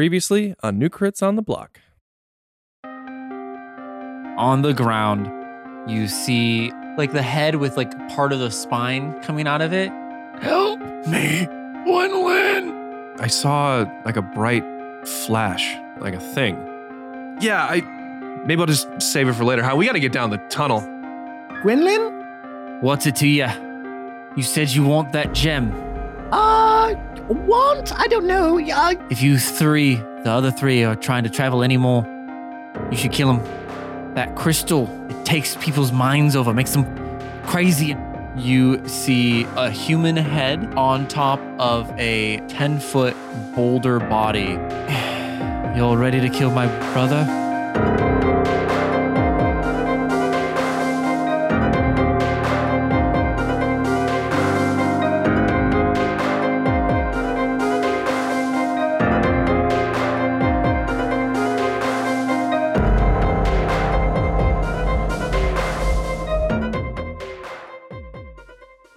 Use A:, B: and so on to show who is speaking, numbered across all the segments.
A: Previously on New Crits on the Block.
B: on the ground. You see like the head with like part of the spine coming out of it.
C: Help me, Winlin!
A: I saw like a bright flash, like a thing. Yeah, I maybe I'll just save it for later. How we got to get down the tunnel.
C: Gwynlin?
B: What's it to you? You said you want that gem.
C: Uh, want? I don't know. Uh,
B: If you three, the other three, are trying to travel anymore, you should kill them. That crystal, it takes people's minds over, makes them crazy. You see a human head on top of a 10 foot boulder body. You all ready to kill my brother?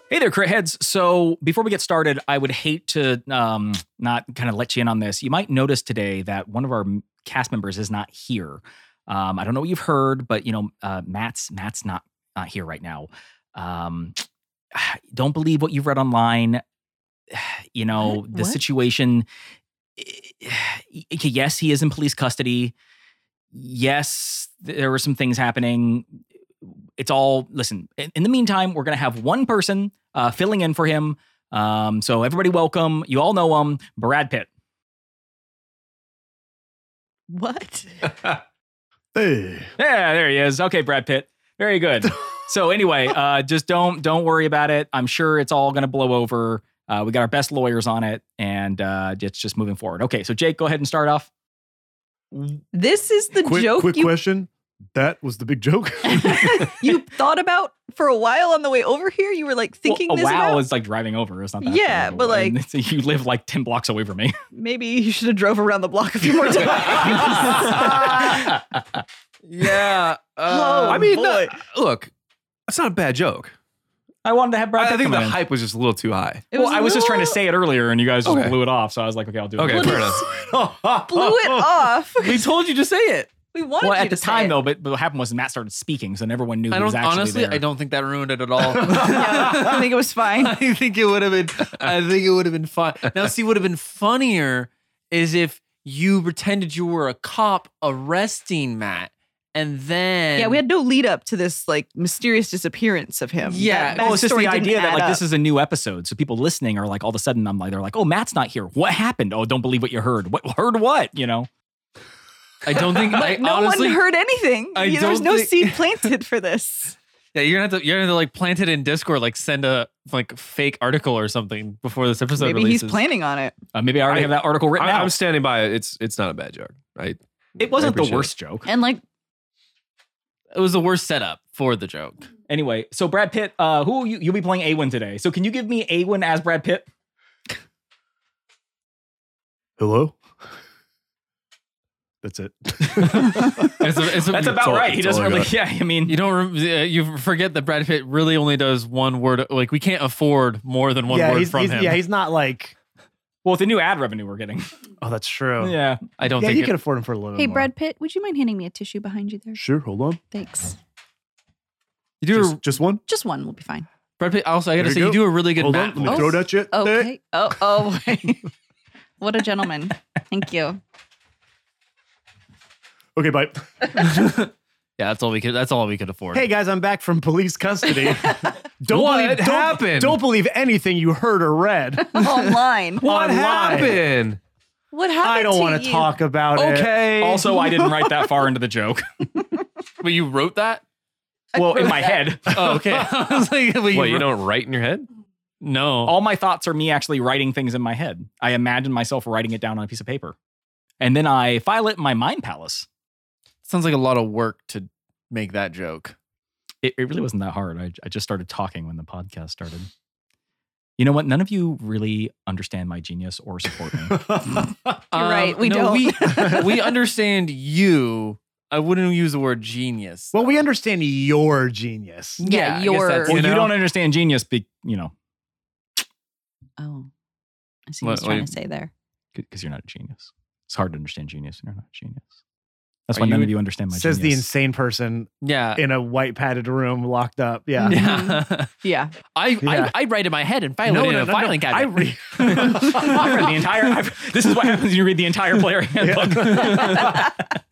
D: Hey there, crit heads. So before we get started, I would hate to um, not kind of let you in on this. You might notice today that one of our m- cast members is not here. Um, I don't know what you've heard, but you know, uh, Matt's Matt's not not here right now. Um, don't believe what you've read online. You know,
E: What-
D: the
E: what?
D: situation. Okay, yes, he is in police custody. Yes, there were some things happening. It's all listen. In, in the meantime, we're gonna have one person uh, filling in for him. Um, so everybody, welcome. You all know him, Brad Pitt.
E: What?
C: hey.
D: Yeah, there he is. Okay, Brad Pitt. Very good. so anyway, uh, just don't don't worry about it. I'm sure it's all gonna blow over. Uh, we got our best lawyers on it, and uh, it's just moving forward. Okay, so Jake, go ahead and start off.
E: This is the
F: quick
E: joke
F: quick
E: you,
F: question. That was the big joke.
E: you thought about for a while on the way over here. You were like thinking
D: well, a
E: this
D: wow
E: about.
D: is like driving over. It's not that.
E: Yeah,
D: far.
E: but, like-
D: And so you live like ten blocks away from me.
E: Maybe you should have drove around the block a few more times.
A: Yeah.
E: uh,
A: I mean,
E: boy.
A: no, look, that's not a bad joke. Uh,
D: I wanted to have Brad
A: I, I
D: Pitt
A: think
D: come
A: the
D: in.
A: hype was just a little too high.
E: It
D: well, I was just trying to
E: little-
D: say it earlier, and you guys just
A: Okay.
D: blew it off. So I was like, okay, I'll do it.
A: Okay,
E: Well,
A: fair
E: just
A: enough.
E: blew it off.
A: We told you to say it.
E: We wanted
B: Well, at
E: you to
D: At the
E: say
D: time,
E: it.
D: though, but, but what happened was Matt started speaking, so everyone knew
B: I
D: he was
B: don't
D: actually
B: honestly.
D: there.
B: I don't think that ruined it at all.
E: No, I think it was fine.
B: I think it would have been. I think it would have been fun. Now, see, would have been funnier is if you pretended you were a cop arresting Matt, and then
E: Yeah, we had no lead up to this like mysterious disappearance of him.
B: Yeah.
E: that
D: Well, it's just
E: backstory
D: the
E: didn't
D: idea that
E: add
D: like
E: up.
D: this is a new episode, so people listening are like all of a sudden I'm like they're like, oh, Matt's not here. What happened? Oh, don't believe what you heard. What heard what? You know?
B: I don't think. I
E: no
B: honestly,
E: one heard anything.
B: I
E: there was
B: don't
E: no
B: think-
E: seed planted for this.
B: Yeah, you're gonna have to. You're gonna have to like plant it in Discord. Like send a like fake article or something before this episode
E: Maybe
B: releases.
E: he's planning on it.
D: Uh, maybe I already
A: I-
D: have that article written
A: I,
D: out.
A: am standing by it. It's it's not a bad joke. I
D: it wasn't
A: I
D: the
A: appreciate
D: worst joke.
E: And like
B: It was the worst setup for the joke.
D: Anyway, so Brad Pitt, uh, who you you'll be playing Awen today? So can you give me Awen as Brad Pitt?
F: Hello? That's it.
B: It's a- it's a-
D: That's about
F: all-
D: right. He
F: that's
D: doesn't
F: all I
D: really.
F: got.
D: Yeah, I mean,
B: You don't. Re- uh, you forget that Brad Pitt really only does one word. Like we can't afford more than one
G: yeah,
B: word
G: he's,
B: from
G: he's-
B: him.
G: Yeah, he's not like.
D: well, with the new ad revenue we're getting,
G: Oh, that's true.
D: yeah.
B: I don't
G: yeah,
B: think.
G: you
B: it-
G: can afford him for a little.
D: Oh,
H: Hey,
G: bit more.
H: Brad Pitt, would you mind handing me a tissue behind you there?
F: Sure, hold on.
H: Thanks.
B: you do.
F: Just,
B: a,
F: just one?
H: Just one will be fine.
B: Brad Pitt. Also, I gotta
F: There you
B: say, you
F: go.
B: do a really good Oh.
F: hold
B: Matt.
F: on. Let
B: voice.
F: me throw it at you.
H: Okay. Oh, oh, wait. what a gentleman. Thank you.
F: Okay, bye.
B: Yeah, that's all we could. That's all we could afford.
G: Hey guys, I'm back from police custody. don't
A: What
G: believe, don't-
A: happened?
G: Don't believe anything you heard or read.
E: online.
A: What
G: Online.
A: happened?
H: What happened?
G: I don't
H: to
G: want to
H: you?
G: talk about it.
A: Okay.
D: Also, I didn't write that far into the joke.
B: but you wrote that.
D: Well, in my head,
B: Oh, okay. I was like, well,
A: Wait, you
B: wrote-
A: don't write in your head?
B: No.
D: all my thoughts are me actually writing things in my head. I imagine myself writing it down on a piece of paper, and then I file it in my mind palace.
B: Sounds like a lot of work to make that joke.
D: it, it really wasn't that hard. I, I just started talking when the podcast started. You know what? None of you really understand my genius or support me.
B: You're
H: right, we don't.
B: We, Um, we understand you. I wouldn't use the word genius.
G: Well, we understand your genius.
B: Yeah, I
H: Yeah,
B: guess
H: your.
B: that's-
D: well, you,
B: know?
D: don't understand genius, be, you know,
H: Oh, I see what Oh.
B: What-
H: he's trying
B: what-
H: to say there.
D: because you're not a genius. It's hard to understand genius when you're not genius. That's
G: Are
D: why none
G: you-
D: of you understand my
G: Says the
D: genius.
G: insane person
B: Yeah.
G: in a white padded room, locked up. Yeah.
B: Yeah.
E: Yeah.
B: I,
G: Yeah.
B: I I write in my head and file
G: No,
B: it in
G: no,
B: a
G: no, no.
B: filing
G: I
B: cabinet.
G: re-
D: I read the entire. I've, this is what happens when you read the entire player handbook.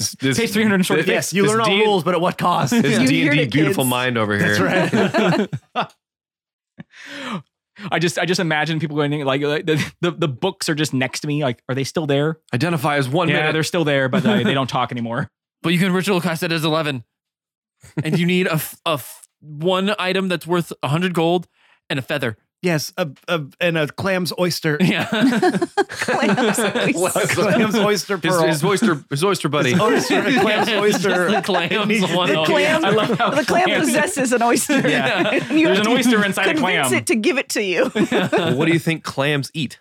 A: This- this-
D: Page 340.
A: thi-
G: yes, you
A: this
G: learn all
A: D-
G: rules, but at what cost?
A: This
E: You
A: D and
E: heard
A: D
E: it,
A: beautiful
E: kids.
A: mind over here.
G: That's right.
D: I just I just imagine people going like like, the, the the books are just next to me. Like, are they still there?
A: Identify as one
D: yeah,
A: minute.
D: they're still there, but uh, they don't talk anymore.
B: but you can ritual cast it as 11. And you need a, f- a f- one item that's worth 100 gold and a feather.
G: yes, a, a, and a clam's oyster.
B: Yeah.
E: Clams.
G: A clam's oyster
A: His,
G: pearl.
A: his oyster, his oyster buddy.
G: His oyster, a clam's
B: Yeah, just
G: oyster.
B: the clams
G: It needs-
B: one
G: it
B: though.
G: can't-
E: Clam-
D: I love how
E: the clam
D: clams-
E: possesses an oyster.
D: Yeah.
E: And you
D: There's
E: have
D: an
E: to
D: oyster inside a
E: convince
D: clam.
E: it to give it to you.
A: Well, what do you think clams eat?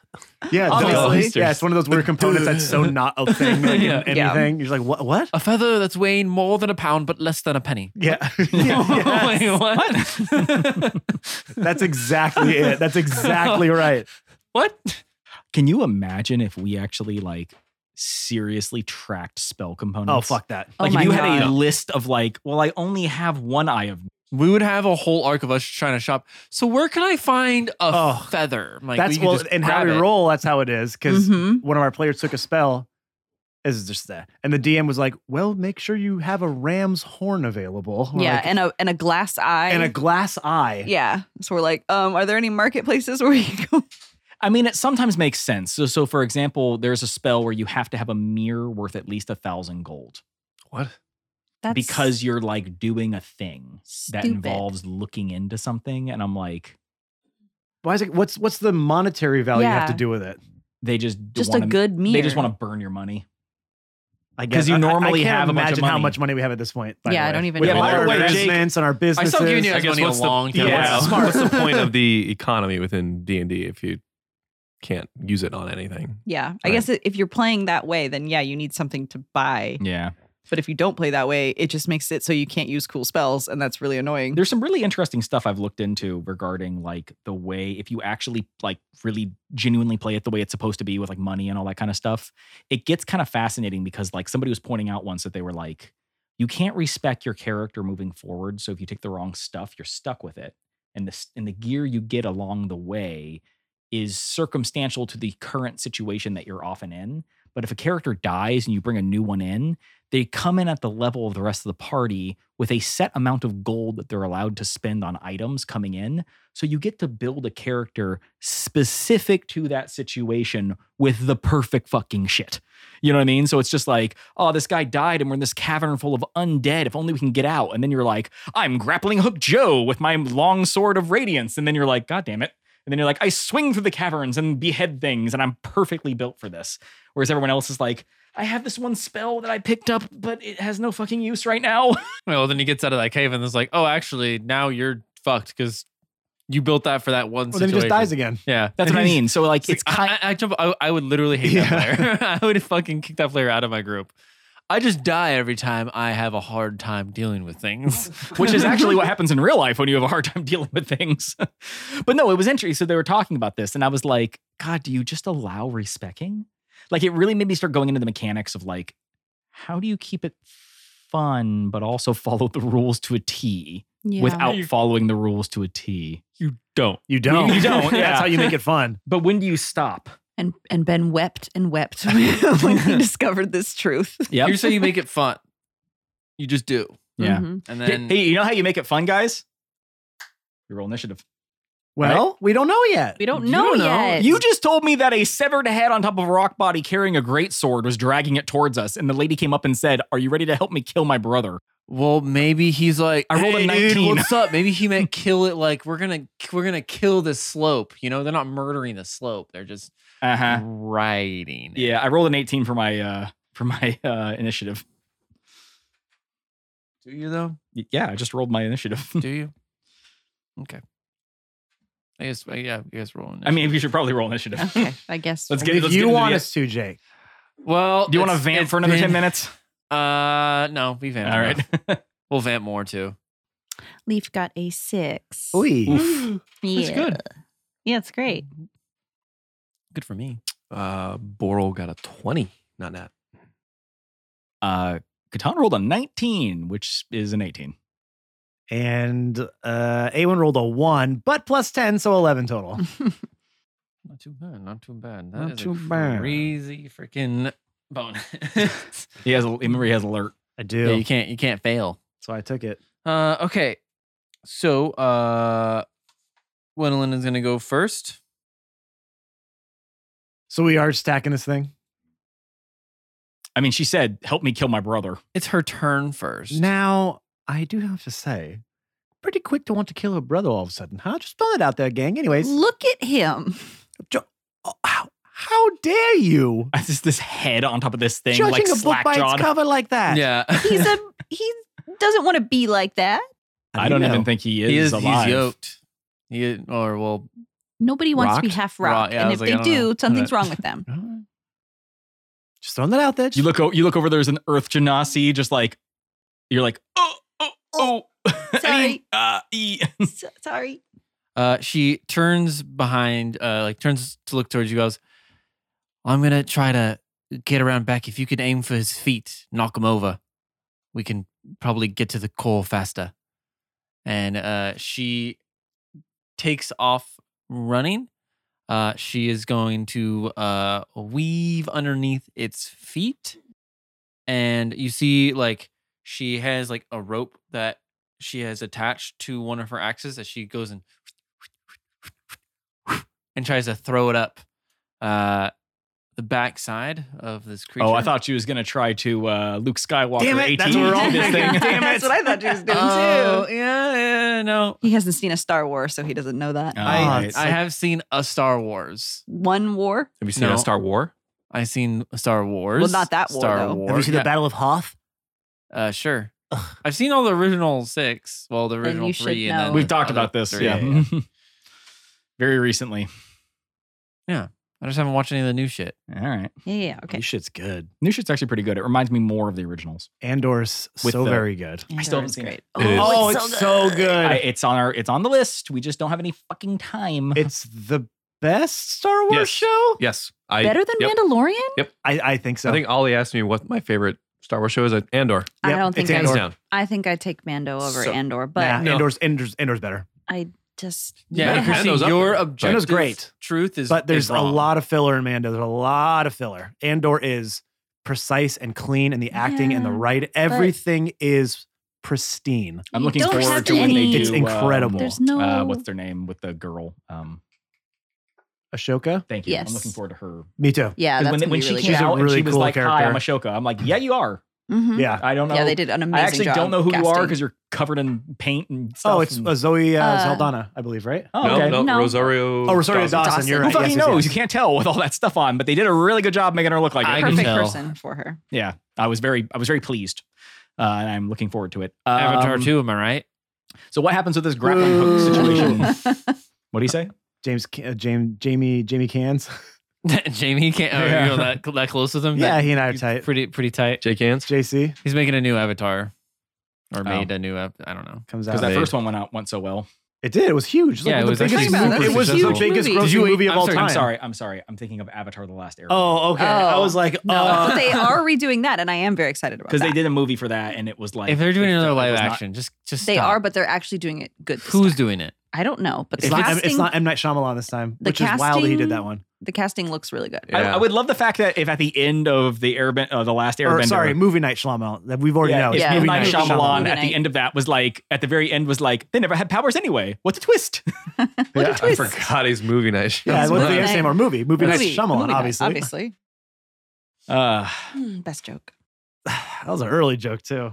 G: Yeah,
E: Obviously.
G: duh. yeah, it's one of those weird components that's so not a thing. Like,
B: Yeah.
G: in
E: Yeah.
G: anything. You're just like, what? What?
B: a feather that's weighing more than a pound but less than a penny.
G: Yeah.
B: Wait, what?
G: that's exactly it. That's exactly right.
B: what?
D: Can you imagine if we actually like seriously tracked spell components?
G: Oh fuck that.
H: Oh
D: Like
H: my
D: if you
H: God.
D: had a list of like, well, I only have one eye of
B: We would have a whole arc of us trying to shop. So where can I find a
G: Oh,
B: feather? Like,
G: that's
B: we could
G: well,
B: just
G: and how
B: grab
G: we
B: it.
G: roll. That's how it is. Because
H: Mhm.
G: one of our players took a spell. This is just that, and the DM was like, "Well, make sure you have a ram's horn available." We're
H: yeah,
G: like,
H: and a and a glass eye.
G: and a glass eye.
H: yeah. So we're like, um, are there any marketplaces where you go?
D: I mean, it sometimes makes sense. So, so for example, there's a spell where you have to have a mirror worth at least a thousand gold
A: What?
H: That's
D: because you're like doing a thing that
H: Stupid.
D: involves looking into something. And I'm like,
G: Why is it? What's what's the monetary value you have to
H: Yeah.
G: do with it?
D: they just d-
H: just
D: wanna,
H: a good mirror.
D: They just want to burn your money.
G: I
D: Because you
G: I- I- I
D: normally
G: can't
D: have a bunch of
G: imagine how
D: money.
G: much money we have at this point. by
H: Yeah,
G: the
H: I
G: way.
H: don't even
G: With
D: know. Yeah,
G: all
D: by the
G: our
D: way, Jake-
G: investments and our
B: I
G: businesses.
B: stopped giving you
A: I
B: guys
A: guess
B: money a
A: what's the-
B: long time
G: yeah,
B: ago.
G: what's smart.
A: What's the point of the economy within D and D if you can't use it on anything?
H: yeah, I
A: Right.
H: guess i- if you're playing that way, then yeah, you need something to
B: Mm.
H: buy.
D: Yeah.
H: But if you don't play that way, it just makes it so you can't use cool spells, and that's really annoying.
D: There's some really interesting stuff I've looked into regarding like the way if you actually like really genuinely play it the way it's supposed to be with like money and all that kind of stuff. It gets kind of fascinating because like somebody was pointing out once that they were like, you can't respect your character moving forward. So if you take the wrong stuff, you're stuck with it. And the s- and the gear you get along the way is circumstantial to the current situation that you're often in. But if a character dies and you bring a new one in, they come in at the level of the rest of the party with a set amount of gold that they're allowed to spend on items coming in. So you get to build a character specific to that situation with the perfect fucking shit. You know what I mean? So it's just like, oh, this guy died and we're in this cavern full of undead. If only we can get out. And then you're like, I'm grappling hook Joe with my long sword of radiance. And then you're like, God damn it. And then you're like, I swing through the caverns and behead things and I'm perfectly built for this. Whereas everyone else is like, I have this one spell that I picked up, but it has no fucking use right now.
B: Well, then he gets out of that cave and it's like, oh, actually, now you're fucked because you built that for that one
G: Well, then
B: situation.
G: he just dies again.
B: Yeah.
D: That's what I mean. So like, it's
B: It's
D: kind.
B: I, I, I, jump- I, I would literally hate
G: Yeah.
B: that player. I would fucking kick that player out of my group. I just die every time I have a hard time dealing with things.
D: which is actually what happens in real life when you have a hard time dealing with things. but no, it was interesting. So they were talking about this, and I was like, God, do you just allow respecking? Like, it really made me start going into the mechanics of like, how do you keep it fun, but also follow the rules to a T
H: yeah.
D: without following the rules to a T?
B: you don't.
G: You don't.
D: you don't, yeah.
G: That's how you make it fun.
D: But when do you stop?
H: and and Ben wept and wept when he discovered this truth.
D: Yep.
B: Here's how you make it fun. You just do.
D: Yeah.
H: Mhm.
B: And
D: Hey-
B: then
D: Mm-hmm. hey, you know how you make it fun, guys? You roll initiative.
G: Well, we don't know yet.
H: We don't
B: You
H: know
B: don't know.
H: yet.
D: You just told me that a severed head on top of a rock body carrying a great sword was dragging it towards us, and the lady came up and said, "Are you ready to help me kill my brother?"
B: Well, maybe he's like,
D: I rolled a
B: "Hey, dude,
D: 19."
B: what's up? Maybe he meant kill it. Like we're gonna we're gonna kill this slope. You know, they're not murdering the slope. They're just
D: Uh huh.
G: Uh-huh.
B: riding. it.
D: Yeah, I rolled an eighteen for my uh for my uh initiative.
B: Do you though?
D: Y- Yeah, I just rolled my initiative.
B: Do you? okay. I guess. uh, Yeah. I guess rolling.
D: I mean, we should probably roll initiative.
H: okay, I guess.
D: Let's get.
G: If
D: let's
G: you
D: get into
G: want
D: the- e
G: us to, Jake.
B: well,
D: Do you want to
B: it's-
D: vamp
B: it's
D: for another ten
B: been-
D: minutes?
B: Uh, no, we vamp.
D: All right.
B: we'll vamp more too.
H: Leaf got a six. Mm-hmm.
G: Oy.
D: Oof.
H: yeah.
B: That's good.
H: Yeah, it's great.
B: Good for me.
A: Uh, Boral got a twenty. Not Nat.
D: Uh, Catan rolled a 19, which is an 18.
G: And uh, A1 rolled a one, but plus 10, so 11 total.
B: Not too bad. Not too bad.
G: Not
B: That is
G: too bad.
B: a crazy freaking bonus.
D: He has, remember, he has alert.
G: I
B: yeah, you
G: do.
B: can't. You can't fail.
G: So I took it.
B: Uh, okay. So, uh, Gwendolyn is gonna go first.
G: So we are stacking this thing.
D: I mean, she said, help me kill my brother.
B: It's her turn first.
G: Now, I do have to say, pretty quick to want to kill her brother all of a sudden, huh? Just throwing it out there, gang. Anyways,
H: Look at him.
G: Oh, how, how dare you
D: Just this head on top of this thing,
G: judging
D: like
G: a book by its
D: slack-jawed.
G: cover like that?
B: yeah,
E: He's a he doesn't want to be like that.
D: I don't
G: know.
D: even think he is,
B: he is.
D: alive.
B: He's yoked. He is- or well,
H: Nobody wants to be
B: Rocked?
H: half
B: Rock-
H: rock.
B: yeah, I
H: and if
B: was like,
H: they
B: I don't
H: do,
B: know.
H: something's wrong with them.
G: Just throwing that out there.
D: You look, o- you look over. There's an Earth Genasi, just like you're like, oh, oh, oh.
E: Sorry.
D: uh, e.
E: So, sorry.
B: uh, she turns behind, uh, like turns to look towards you. Goes, I'm gonna try to get around back. If you can aim for his feet, knock him over. We can probably get to the core faster. And uh, she takes off running. Uh, she is going to uh, weave underneath its feet, and you see like she has like a rope that she has attached to one of her axes as she goes and and tries to throw it up uh the backside of this creature.
D: Oh, I thought she was gonna try to uh, Luke Skywalker.
G: Damn it,
D: 18
G: that's what we're all
D: this
G: thinking.
D: thing.
G: Damn it.
E: That's what I thought she was doing
B: Oh,
E: too.
B: yeah, yeah, no.
H: He hasn't seen a Star Wars, so he doesn't know that.
G: Ah,
B: I,
D: it's
B: I have seen a Star Wars.
H: One war.
A: Have you seen
B: No.
A: a Star War?
B: I seen a Star Wars.
H: not that war,
B: Star
H: though.
B: Wars.
G: Have you seen
B: yeah.
G: the Battle of Hoth?
B: Uh, sure. I've seen all the original six. Well, the
H: Then
B: original
H: you should
B: three. And
H: know.
B: then
D: We've talked
B: the
D: about
B: other
D: this,
B: three,
D: yeah. Very recently.
B: I just haven't watched any of the new shit.
D: All right.
H: Yeah, yeah, okay.
G: This shit's good.
D: New shit's actually pretty good. It reminds me more of the originals.
G: Andor's
D: With
G: so
D: the-
G: very good.
D: I still
H: Andor's
D: haven't seen it.
A: It is.
G: Oh, it's, so good.
D: I, it's on our. It's on the list. We just don't have any fucking time.
G: it's the best Star Wars
A: Yes.
G: show.
A: Yes. I
H: Better than
A: yep.
H: Mandalorian?
G: I, I think so.
A: I think Ollie asked me what my favorite Star Wars show is. and Andor.
H: I
G: Yep,
H: don't think
G: it's
H: I
A: Hands
G: Andor.
A: down.
H: I think I take Mando over
A: So-
H: Andor, but
G: nah,
A: No.
G: Andor's, Andor's Andor's better.
H: I just
B: Yeah,
A: Yeah,
B: Christine,
A: Hando's up
B: your
A: there.
B: objective
G: Hando's great.
B: Truth is,
G: But
B: is
G: there's a
B: wrong.
G: lot of filler in Mando. There's a lot of filler. Andor is precise and clean, and the acting and the
H: Yeah,
G: writing, everything is pristine.
D: I'm
H: You
D: looking
H: don't
D: forward
H: have
D: to when they
H: any-
D: do.
G: It's incredible.
D: um,
H: There's
D: uh,
H: no-
D: what's their name with the girl? Um,
G: Ashoka,
D: thank you.
H: Yes.
D: I'm looking forward to her.
G: me too.
H: yeah,
D: 'Cause
H: that's
D: when
H: gonna
D: when
H: be
D: she
H: really
D: came
G: She's a
D: out and she
G: really
D: was
G: cool
D: like, "Hi, I'm
G: character."
D: Ashoka." I'm like, "Yeah, you are."
E: Mm-hmm.
H: Mhm.
G: Yeah.
D: I don't know.
H: Yeah, they did an amazing
D: I actually
H: job
D: don't know who you are
H: casting.
D: because you're covered in paint and stuff.
G: Oh, it's
D: and-
G: uh, Zoe uh,
H: Uh,
G: Zaldana, I believe, right?
D: oh, okay.
A: No, no,
H: No.
A: Rosario.
G: Oh, Rosario
A: Dawson.
G: Dawson.
H: Dawson.
G: You're
D: Who
G: right.
D: fucking
G: Yes, yes,
D: knows?
G: yes.
D: You can't tell with all that stuff on, but they did a really good job making her look like
B: I
D: it.
B: can
H: perfect
B: tell.
H: person for her.
D: Yeah, I was very, I was very pleased, uh, and I'm looking forward to it. Um,
B: Avatar too. Am I right?
D: So, what happens with this grappling hook situation? What do you say?
G: James, Ca- uh, James, Jamie, Jamie Cans.
B: Jamie can't. Oh,
D: Yeah.
B: you know that that close with him.
G: yeah,
B: That-
G: he and I are
B: he's
G: tight.
B: Pretty pretty tight.
A: Jake Hans.
G: JC
B: He's making a new Avatar, or made a new. Av- I don't know.
G: comes
D: Because
G: out.
D: that
A: Made.
D: first one went out went so well.
G: It did. It was huge. It was
B: Yeah,
G: like
B: it
G: the
B: was
G: biggest
B: actually
G: movie-
B: super
G: It was the
B: successful.
G: biggest
H: Did you-
G: grossing movie of
B: I'm
G: all
B: sorry,
G: time.
D: I'm sorry. I'm sorry. I'm thinking of Avatar: The Last Airbender.
G: Oh, okay. I
H: Oh.
G: was like,
H: No,
G: uh,
H: but they are redoing that, and I am very excited about
D: because
H: that.
D: they did a movie for that, and it was like
B: if they're doing
D: it-
B: another
D: it
B: live
D: was not-
B: action, just just
H: They
B: stop.
H: are, but they're actually doing it good. this
B: who's
H: time.
B: doing it?
H: I don't know, but the
G: it's, not,
H: casting,
G: it's not M Night Shyamalan this time,
H: the
G: which is wild that he did
H: casting-
G: that one.
H: the casting looks really good.
D: I,
A: Yeah.
D: I would love the fact that if at the end of the Airbender, uh, the last Airbender,
G: Or, sorry, Movie Night Shyamalan. That we've already
D: yeah,
G: know.
D: if
G: It's
H: Yeah.
D: M.
G: Movie
D: Night
G: Night
D: Shyamalan
G: Shyamalan.
H: Movie
D: at the
H: Night.
D: end of that was like at the very end was like they never had powers anyway. What's a twist?
G: Yeah.
A: I forgot his movie night. show.
G: Yeah,
H: It's
G: well,
H: Movie
G: the
H: Night.
G: same or movie. Movie Night
H: Movie-
G: Shyamalan,
H: movie night,
G: obviously.
H: Oh obviously.
D: Uh,
H: Hmm, Best joke.
G: That was an early joke too.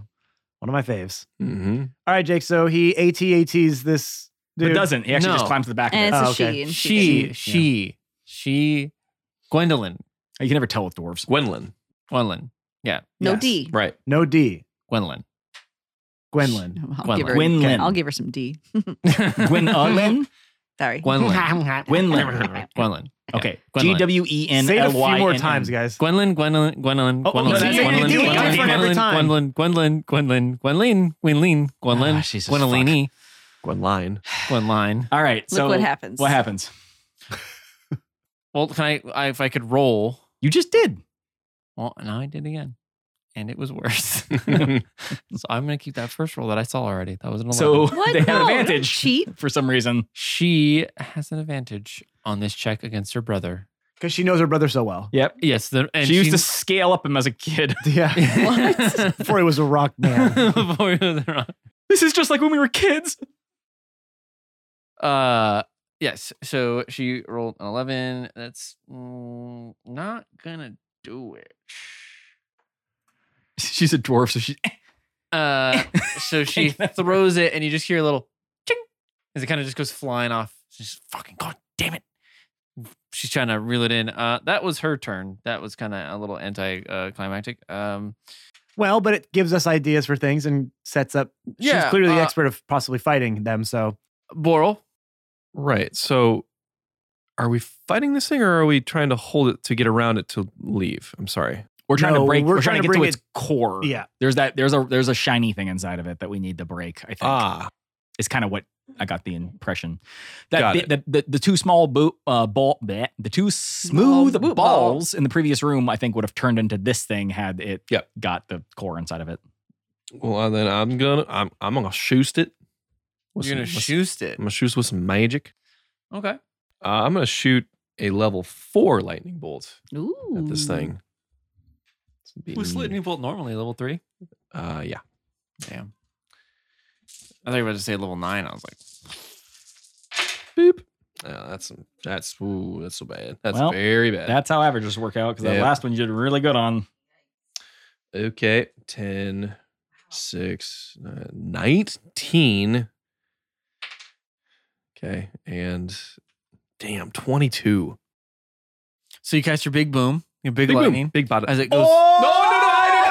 G: One of my faves.
A: Mhm.
G: All right, Jake. So he ATATs this dude.
D: but doesn't he actually
B: No.
D: just climbs to the back? Of
H: And
D: it.
H: it's
G: Oh,
H: a she.
G: okay.
H: And
B: She
H: did.
B: she she, Gwendolyn
D: you can never tell with dwarves.
A: Gwendolyn.
B: Gwendolyn. Yeah,
H: No
G: Yes.
H: D.
A: Right.
G: No D.
B: Gwendolyn.
G: Gwendolyn.
H: I'll
B: Gwendolyn.
H: give her.
D: Gwynlyn.
H: I'll give her some D.
D: Gwynlyn.
H: Sorry.
B: Gwendolyn.
D: Gwynlyn.
B: Gwendolyn.
D: Okay.
B: Gwynlyn.
D: G W E N
G: Say it a
D: L
G: few
D: Y.
G: more times, guys.
B: Gwendolyn, Gwendolyn, Gwendolyn,
G: Oh,
B: Gwendolyn,
D: no, that's-
B: Gwendolyn,
D: you do it
G: different every time.
B: Gwendolyn, Gwendolyn, Gwendolyn, Gwendolyn, Gwendolyn, Gwendolyn,
D: Ah, she's just
B: Gwendolini,
A: Gwenline.
B: Gwendline.
D: All right.
H: Look
D: So
H: what happens.
D: What happens?
B: Well, can I, I if I could roll?
D: You just did.
B: Well, now I did it again. And it was worse. so I'm going to keep that first roll that I saw already. That was an 11.
D: So
H: What?
D: they have
H: No, don't
D: advantage
H: Cheat?
D: for some reason.
B: she has an advantage on this check against her brother.
G: Because she knows her brother so well.
D: Yep.
B: Yes. The, and
D: she used to scale up him as a kid.
G: Yeah.
B: What?
G: Before he was a rock man.
B: Before we were wrong.
D: This is just like when we were kids.
B: Uh, yes. So she rolled an eleven. That's mm, not gonna do it.
D: She's a dwarf, so she.
B: Uh, so she
D: Thank you.
B: throws it, and you just hear a little ching as it kind of just goes flying off. She's fucking god damn it. She's trying to reel it in. Uh, that was her turn. That was kind of a little anti-climactic. Um,
G: well, but it gives us ideas for things and sets up.
B: Yeah,
G: She's clearly the
B: uh,
G: expert of possibly fighting them. So
B: Boral,
A: Right. So are we fighting this thing or are we trying to hold it to get around it to leave? I'm sorry.
D: We're trying to
G: No,
D: break. We're,
G: we're
D: trying,
G: trying to
D: to get to
G: bring
D: its core.
G: yeah.
D: There's that. There's a there's a shiny thing inside of it that we need to break. I think
A: Ah,
D: is kind of what I got the impression. That
A: Got
D: bit- the, the the two small boot uh, ball bleh, the two smooth
H: boot
D: balls in the previous room I think would have turned into this thing had it
A: Yep.
D: got the core inside of it.
A: well then I'm gonna I'm I'm gonna shoost it. With
B: you're gonna
A: some- with-
B: shoot it.
A: I'm gonna shoot with some magic.
B: Okay.
A: Uh, I'm gonna shoot a level four lightning bolt
H: Ooh.
A: at this thing. This would be-
B: What's lightning bolt normally level three?
A: Uh, yeah.
B: Damn. I thought you were about to say level nine. I was like,
A: Boop. Uh, that's that's ooh, that's so bad. That's
D: Well,
A: very bad.
D: That's how averages work out because that
A: Yeah.
D: last one you did really good on.
A: Okay, 10, 6, uh, 19. Okay, and damn, 22.
B: so you cast your big boom, your big,
A: boom,
B: lightning,
A: big body.
B: as it goes.
E: Oh,
A: no, no, no,
G: Oh!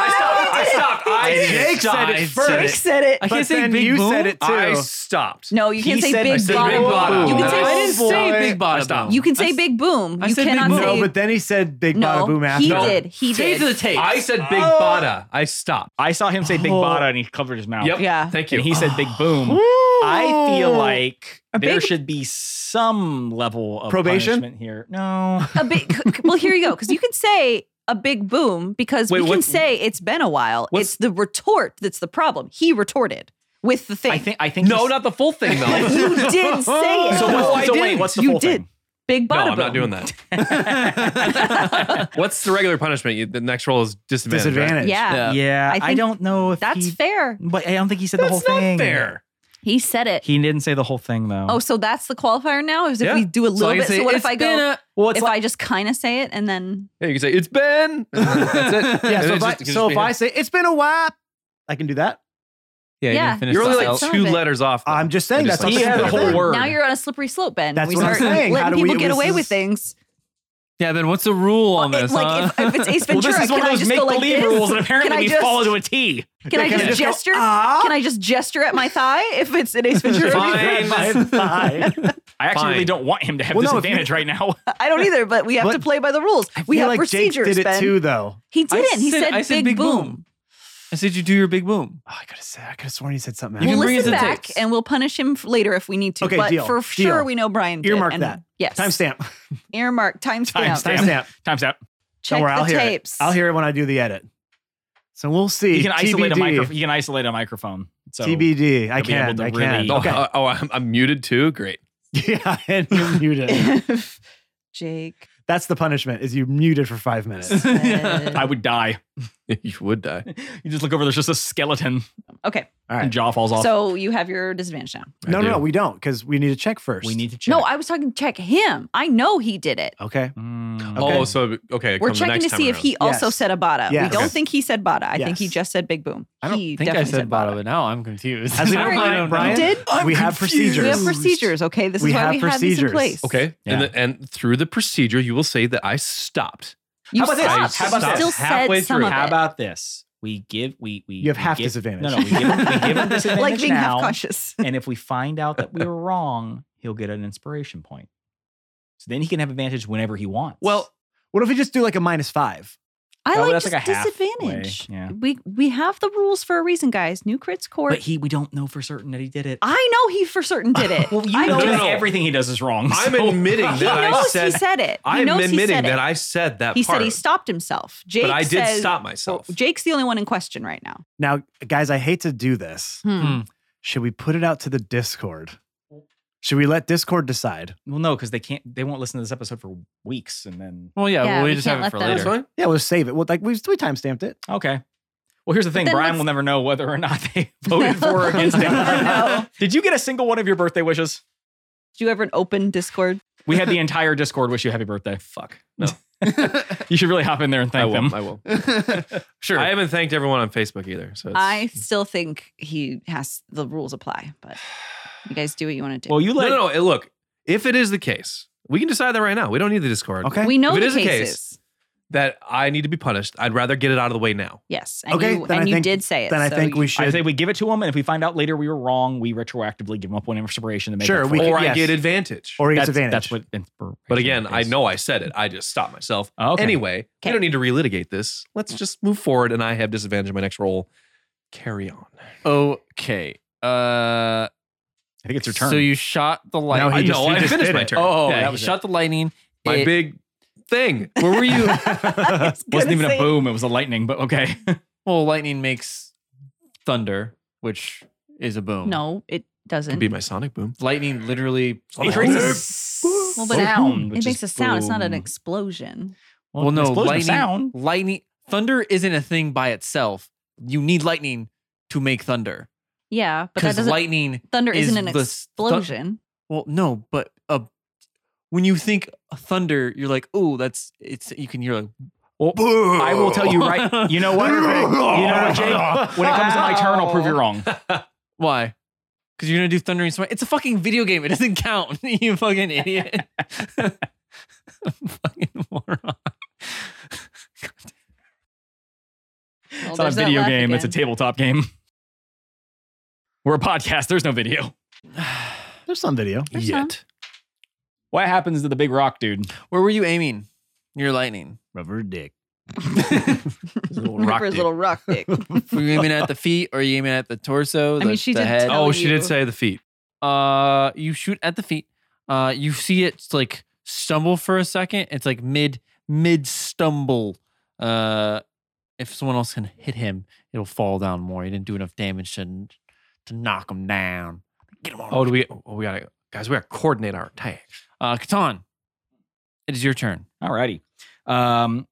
A: I stopped. I stopped. I
G: Jake
A: didn't stop.
G: said it
A: I
G: first.
A: said
E: Jake said it.
B: I
G: But
B: can't say
G: then
B: big
G: you
B: boom.
G: said it too.
A: I stopped.
E: No, you can't
G: He
E: say
G: said- I
E: big
G: said
E: bottom.
A: big bottom.
E: You
A: I
B: I
E: can say
A: didn't
B: didn't say
G: say-
B: big bottom.
A: stopped.
E: you can say
B: I-
E: big boom.
B: I
E: you
B: said big
E: cannot
B: boom.
E: say
G: no, but then he said big
E: no.
G: bada boom after.
E: he
A: No.
E: did. He
B: Say it
E: did.
B: to the tape.
A: I said big
G: Oh.
A: bada. I stopped.
D: I saw him say big
G: Oh.
D: bada and he covered his mouth.
A: Yep.
E: yeah.
A: Thank you. Oh.
D: And he said big boom. I feel like
E: A
D: there
E: big-
D: should be some level of
G: Probation?
D: punishment here. No.
E: A big. Well, here you go. Because you can say a big boom because
A: Wait,
E: we can
A: what-
E: say it's been a while.
A: what's-
E: It's the retort that's the problem. He retorted with the thing.
D: I think I think
A: no,
D: he's-
A: not the full thing though.
E: you did say it.
D: So,
A: No,
D: what's,
A: I
D: so wait,
A: didn't.
D: what's the
E: you
D: full
E: did.
D: thing?
E: Big
A: no,
E: bottom.
A: I'm not doing that. What's the regular punishment? You- The next roll is disadvantage. right?
G: Disadvantage.
E: Yeah.
B: Yeah.
D: Yeah,
E: I
D: I,
E: think
D: don't know if
E: That's
D: he,
E: fair.
D: but I don't think he said the
A: That's
D: whole
A: not
D: thing.
A: fair.
E: He said it.
D: He didn't say the whole thing though.
E: Oh, so that's the qualifier now? Is if
A: Yeah.
E: we do a
B: So
E: little
B: I can
E: bit.
B: say,
E: So what
B: "It's
E: if I
B: been
E: go?
B: a-"
D: well,
E: If I just kind of say it and then
A: Yeah, you can say it's Ben. That's it.
G: Yeah. So
A: It
G: if, I,
A: just- it just
G: so if
A: be-
G: I say it's been a while, I can do that.
B: yeah,
E: Yeah.
B: You didn't finish
A: you're
B: the
A: only
E: Stop.
A: like
B: sentence.
E: Stop
A: two
E: it.
A: letters off. though.
G: I'm just
A: It
G: saying
A: is
G: that's not
A: like-
G: the
A: He had
G: whole
A: a whole
G: thing.
A: word.
E: Now you're on a slippery slope, Ben.
G: That's
E: we
G: what I'm
E: start
G: saying. How
E: letting
G: do we-
E: people get
G: this
E: away
G: is-
E: with things.
B: Yeah, then what's the rule on
E: Well, it-
B: this?
E: like
B: huh?
E: if, if it's Ace
D: well,
E: Ventura,
D: this is one of
E: can I
D: those
E: just
D: make
E: go like
D: believe
E: this?
D: rules, and apparently
E: Can I
D: we
E: just-
D: follow to a T.
E: Can I
G: Can I
E: just "Ah."
G: just go,
E: gesture? Can I just gesture at my thigh if it's an Ace Ventura?
A: Fine.
D: I actually
A: Fine.
D: really don't want him to have
G: Well,
D: this
G: no, if you-
D: advantage right now.
E: I don't either, but we have
G: But-
E: to play by the rules.
G: I
E: We
G: feel
E: have
G: like
E: procedures,
G: Jake did it
E: Ben.
G: too, though.
E: He didn't. he said,
B: I
E: big, boom.
B: I said you do your big boom.
G: Oh, I could have said. I could have sworn he said something.
B: You
G: else.
B: can
E: We'll
B: bring
E: listen
B: us the
E: back
B: tapes.
E: and we'll punish him f- later if we need to.
G: Okay,
E: but
G: deal,
E: for
G: deal.
E: sure, we know Brian did.
G: Earmark
E: and-
G: that.
E: Yes.
G: Timestamp.
E: Earmark. Timestamp.
D: Timestamp.
G: Timestamp.
D: Time's up.
E: Check
G: Don't worry,
E: the
G: I'll hear
E: tapes.
G: it. I'll hear it when I do the edit. So we'll see.
D: You can isolate a
G: TBD.
D: microphone. You can isolate a microphone. So
G: TBD. I
D: You'll be able
G: can.
D: to
G: I
D: really-
G: can.
A: Oh,
G: Okay.
A: oh, I'm, I'm muted too. Great.
G: Yeah, and you're muted.
E: if Jake
G: That's the punishment. Is you muted for five minutes.
E: said.
D: I would die.
A: you would die.
D: You just look over. There's just a skeleton,
E: okay.
G: All right.
D: and jaw falls off.
E: So you have your disadvantage now.
A: I
G: No, no,
A: do.
G: no. We don't because we need to check first.
D: we need to check.
E: No, I was talking check him. I know he did it.
G: Okay.
D: Mm.
A: Oh, so okay.
E: We're
A: come the
E: checking
A: next
E: to
A: time
E: see if
A: around.
E: he also
G: Yes.
E: said Abada. We
G: Yes.
E: don't
G: Okay.
E: think he said Bada. I think he
G: Yes.
E: just said Big Boom.
B: I don't
E: he
B: think I
E: definitely
B: said bottom, but now I'm confused.
G: As we
B: I
G: know,
B: really
G: Brian-
B: don't
G: Brian-
E: You did?
G: we have procedures.
E: We have procedures, okay? This
G: We
E: is why
G: have
E: we have these in
G: procedures.
E: place.
A: Okay, and the, and through the procedure, you will say that I stopped.
E: You
D: How about this?
E: stopped.
D: How about
E: You still
D: this?
A: Halfway
E: said some
A: through.
E: of
D: How
E: it.
D: about this? We give we we
G: You have
D: we
G: half
D: give-
G: disadvantage.
D: No, no, we give him, we give him disadvantage
E: like being
D: now, Oh,
E: half conscious.
D: and if we find out that we were wrong, he'll get an inspiration point. So then he can have advantage whenever he wants.
G: Well, what if we just do like a minus five?
H: I
D: No,
H: like
D: that's
H: just
D: like a halfway,
H: disadvantage.
D: yeah.
H: We we have the rules for a reason, guys. New crits court.
D: But he, we don't know for certain that he did it.
H: I know he for certain did it.
D: well, you
H: I
D: know
A: No, no,
D: that
A: no.
D: everything he does is wrong.
A: I'm
D: so-
A: admitting that
H: He
A: I
H: knows he
A: said.
H: said it. He
A: I'm
H: knows he
A: admitting
H: said
A: that
H: it.
A: I said that
H: He
A: part.
H: said he stopped himself. Jake
A: but I did
H: says,
A: stop myself.
H: Jake's the only one in question right now.
G: Now, guys, I hate to do this.
B: Hmm.
G: Should we put it out to the Discord? Should we let Discord decide?
D: well, no, because they can't. They won't listen to this episode for weeks, and then
B: Well, yeah,
H: Yeah,
B: well, we,
H: we
B: just
H: can't
B: have it
H: let
B: for
H: them-
A: That's
B: later.
A: fine.
G: Yeah, we'll save it. We'll, like we've we timestamped it.
D: okay. Well, here's the thing.
H: then
D: Brian
H: let's-
D: will never know whether or not they voted for or against
H: He'll never know.
D: him. Did you get a single one of your birthday wishes?
E: Did you ever open Discord?
D: We had the entire Discord wish you happy birthday. Fuck. No. you should really hop in there and
A: I
D: thank
A: will.
D: them.
A: I will.
D: Sure.
A: I haven't thanked everyone on Facebook either. So it's,
H: I still think he has the rules apply, but you guys do what you want to do.
D: well, you
A: no,
D: let
A: no, no. Look, if it is the case, we can decide that right now. We don't need the Discord.
G: Okay.
H: we know
A: if it
H: the
A: is the
H: cases.
A: case, That I need to be punished. I'd rather get it out of the way now.
H: yes. And
G: Okay,
H: you,
G: then
H: and
G: I
H: you
G: think-
H: did say it.
G: then I
H: so
G: think
H: you-
G: we
D: I
G: should.
D: say we give it to him, and if we find out later we were wrong, we retroactively give him up one inspiration to make
G: Sure,
D: up for
G: we
D: it.
G: could-
A: or I
G: yes.
A: get advantage.
G: or he gets
D: that's,
G: advantage.
D: that's what. inspiration
A: but again, I
D: is.
A: know I said it. I just stopped myself.
D: Oh, okay.
A: Anyway,
H: Okay.
A: we don't need to relitigate this. Let's just move forward, and I have disadvantage in my next roll. Carry on.
B: Okay. Uh,
D: I think it's your turn.
B: So you shot the lightning.
G: No, he
A: I
G: just-
A: know.
G: he
A: I
G: just
A: finished
G: did
A: my
G: it.
A: turn.
B: oh,
A: Yeah,
B: yeah,
A: he
B: he
A: was-
B: shot the lightning.
A: my
B: It-
A: big thing.
B: Where were you?
E: I was
D: wasn't
E: gonna
D: even
E: say-
D: a boom; it was a lightning. But okay.
B: well, lightning makes thunder, which is a boom.
H: No, it
A: Could
H: doesn't.
A: be my sonic boom.
B: lightning literally.
A: It
D: creates a
H: well, but
D: sound,
H: it
D: which
H: makes a
D: is
H: sound. It's not an
D: boom.
H: explosion.
B: Well, no,
D: explosion of
B: lightning.
D: sound.
B: Lightning thunder isn't a thing by itself. You need lightning to make thunder.
H: Yeah, but that
B: Because
H: doesn't.
B: lightning.
H: thunder
B: is
H: isn't an
B: the s- thu-
H: explosion.
B: Well, no, but uh, when you think thunder, you're like, oh, that's it's. You can hear like.
D: I will tell you right. You know what? you know what, Jake? When it comes to my turn, I'll prove you wrong.
B: Why? Because you're gonna do thundering smite. It's a fucking video game. It doesn't count. you fucking idiot. fucking moron.
H: Well,
D: It's not a
H: there's that
D: video
H: laugh
D: game. It's a
H: again.
D: tabletop game. We're a podcast. There's no video.
G: There's some video.
H: There's some.
A: Yet.
D: What happens to the big rock dude?
B: Where were you aiming? Your lightning.
G: Rubber dick.
A: His little rock
E: Remember his
A: dick.
E: little rock dick.
B: Were you aiming at the feet or are you aiming at the torso?
H: I
B: the,
H: mean, she
B: the
H: did
B: head?
H: tell-
A: oh, she
H: you.
A: did say the feet.
B: Uh, you shoot at the feet. Uh, you see it like stumble for a second. It's like mid mid stumble. Uh, if someone else can hit him, it'll fall down more. You didn't do enough damage to to knock him down. Get him on.
A: Oh, do we? Oh, we gotta, guys. We gotta coordinate our attacks.
B: Uh, Catan, it is your turn.
D: Alrighty. Um,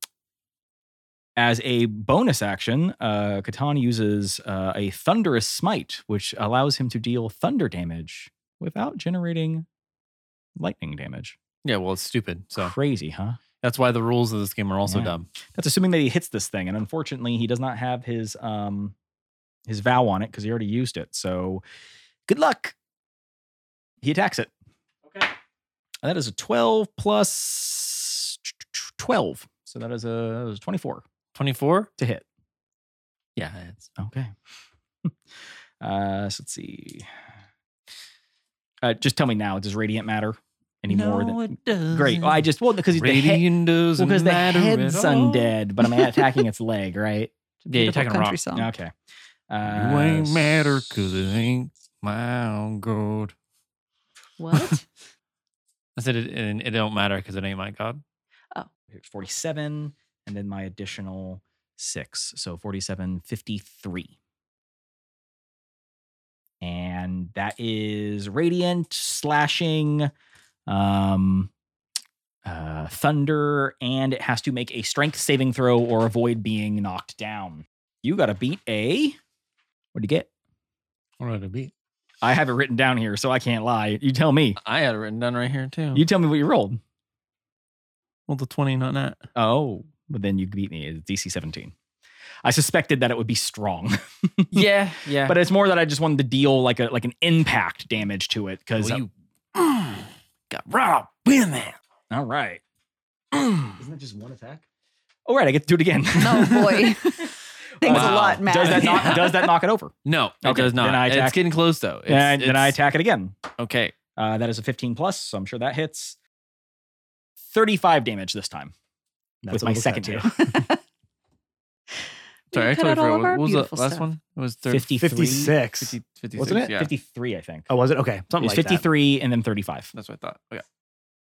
D: as a bonus action, uh, Catan uses uh, a thunderous smite, which allows him to deal thunder damage without generating lightning damage.
B: Yeah, well, it's stupid. So
D: Crazy, huh?
B: that's why the rules of this game are also
D: Yeah.
B: dumb.
D: That's assuming that he hits this thing, and unfortunately, he does not have his um his vow on it because he already used it. So, good luck. He attacks it.
B: Okay.
D: And that is a twelve plus twelve, so that is a, that is a twenty-four
B: Twenty four.
D: to hit.
B: Yeah, it's
D: Okay. uh, so let's see. Uh, just tell me now. Does radiant matter any more
B: No,
D: than
B: it doesn't.
D: great? Well, I just well because he's the head,
B: Radiant doesn't
D: well, 'cause the
B: matter at
D: head's
B: all.
D: undead, but I'm attacking its leg, right?
B: Yeah, you're attacking a rock.
E: country song.
D: Okay. Uh,
B: You ain't matter because it ain't my own god.
H: What?
B: I said it, it, it don't matter because it ain't my god.
D: Here's 47, and then my additional six. So 47, 53. And that is radiant, slashing, um, uh, thunder, and it has to make a strength saving throw or avoid being knocked down. You got to beat a. What do you get?
B: What did it beat?
D: I have it written down here, so I can't lie. You tell me.
B: I had it written down right here too.
D: You tell me what you rolled.
B: well, the twenty, not that.
D: Oh, but then you beat me. uh, It's DC 17. I suspected that it would be strong,
B: yeah, yeah.
D: but it's more that I just wanted to deal like a like an impact damage to it. Because
B: well, you Mm, got right up in there.
D: all right,
B: Mm.
D: all right, I get to do it again.
E: Oh boy. Thanks
B: Wow.
E: a lot, Matt.
D: does that knock does that knock it over?
B: No, it
D: Okay,
B: does
D: then
B: not.
D: I
B: it's
D: attack.
B: getting close though. It's,
D: and then I
B: it's-
D: attack it again.
B: Okay,
D: Uh, that is a 15 plus, so I'm sure that hits. 35 damage this time
G: That's
D: with
G: a
D: my
G: little
D: second
G: tattoo.
D: hit.
B: Sorry, I
H: cut
B: totally
H: out all
B: forgot.
H: of
B: What,
H: our
B: what was the
H: beautiful
B: last
H: stuff.
B: one? It was 30,
D: 53.
G: 56.
B: 50, 56,
G: Wasn't it?
B: Yeah.
D: 53, I think.
G: Oh, was it? Okay.
D: It
G: Something
D: was
G: like
D: 53 and then 35.
A: That's what I thought. Okay.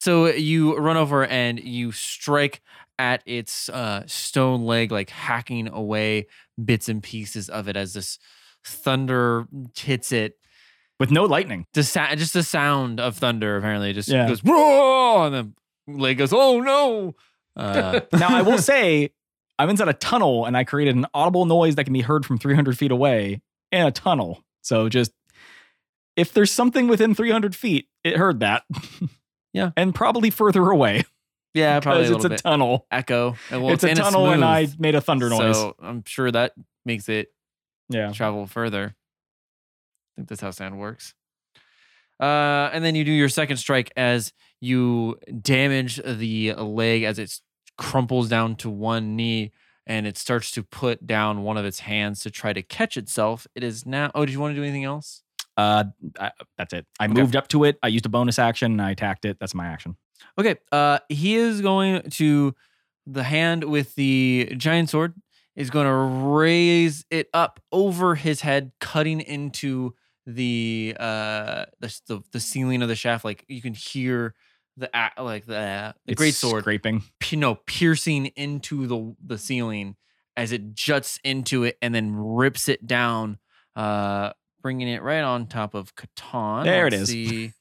B: So you run over and you strike at its uh, stone leg, like hacking away bits and pieces of it as this thunder hits it.
D: With no lightning.
B: The sa- just the sound of thunder apparently just
D: Yeah.
B: goes roar, and the leg goes, "Oh no!" Uh,
D: Now, I will say, I'm inside a tunnel and I created an audible noise that can be heard from 300 feet away in a tunnel. So just if there's something within 300 feet, it heard that.
B: Yeah.
D: and probably further away
B: yeah, probably a
D: because it's
B: little
D: a
B: bit
D: tunnel.
B: echo. And well,
D: it's a
B: in
D: tunnel and I
B: smooth,
D: made a thunder noise.
B: So I'm sure that makes it
D: yeah.
B: travel further. I think that's how sound works. Uh, and then you do your second strike as you damage the leg as it crumples down to one knee and it starts to put down one of its hands to try to catch itself. It is now. Oh, did you want to do anything else?
D: Uh, I, that's it. I
B: Okay.
D: moved up to it. I used a bonus action and I attacked it. That's my action.
B: Okay. Uh, he is going to the hand with the giant sword is going to raise it up over his head, cutting into the uh the s- the, the ceiling of the shaft. Like you can hear the a- like the, the
D: It's
B: great sword,
D: scraping.
B: p- no piercing into the the ceiling as it juts into it and then rips it down. Uh. Bringing it right on top of Catan.
D: There it
B: Let's
D: is.
B: see.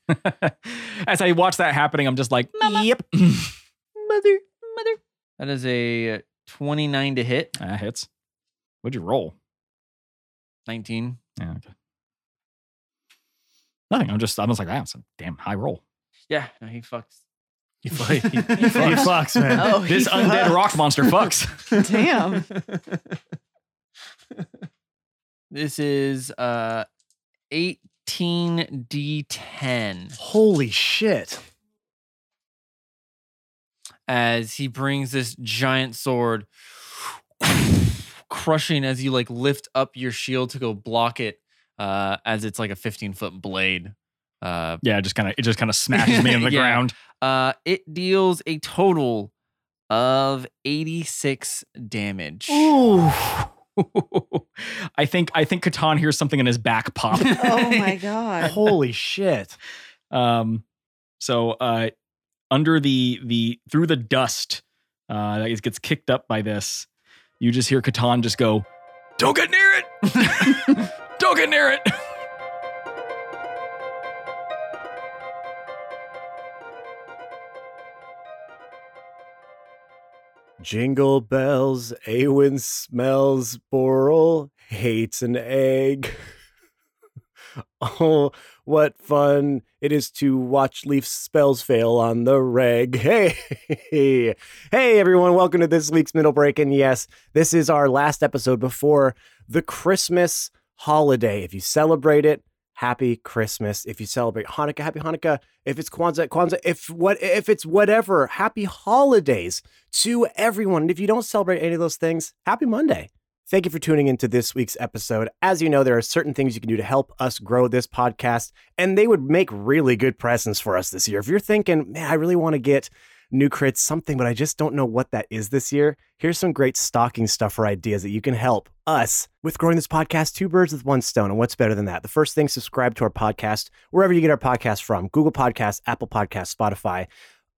D: As I watch that happening, I'm just like,
H: Mama.
D: yep,
E: Mother, mother.
B: That is a 29 to hit.
D: that Ah, hits. What'd you roll?
B: 19.
D: Yeah, okay. Nothing. I'm just I'm just like, wow, it's a damn high roll.
B: Yeah, no, he fucks.
F: He fucks,
G: that. You fucks, man.
E: Oh, he
D: this undead
E: fucks.
D: rock monster fucks.
E: Damn.
B: This is uh 18 d10
G: Holy shit.
B: as he brings this giant sword crushing as you like lift up your shield to go block it uh as it's like a 15 foot blade. Uh
D: yeah, it just kind of it just kind of smashes me in the
B: Yeah.
D: ground.
B: uh it deals a total of 86 damage.
D: Ooh. I think I think Catan hears something in his back pop.
E: Oh my god.
G: Holy shit.
D: Um, so uh, under the the through the dust uh, that gets kicked up by this, you just hear Catan just go, "Don't get near it! Don't get near it!"
F: Jingle bells, Awen smells Boral, hates an egg. oh, what fun it is to watch Leaf's spells fail on the reg. Hey, hey, everyone, welcome to this week's Middle Break. And yes, this is our last episode before the Christmas holiday. If you celebrate it, Happy Christmas. If you celebrate Hanukkah, happy Hanukkah. If it's Kwanzaa, Kwanzaa. If what if it's whatever, happy holidays to everyone. And if you don't celebrate any of those things, happy Monday. Thank you for tuning into this week's episode. As you know, there are certain things you can do to help us grow this podcast, and they would make really good presents for us this year. If you're thinking, man, I really want to get new crits something, but I just don't know what that is this year, here's some great stocking stuffer ideas that you can help us with growing this podcast two birds with one stone. And what's better than that? The first thing, subscribe to our podcast wherever you get our podcast from Google Podcasts, Apple Podcasts, Spotify.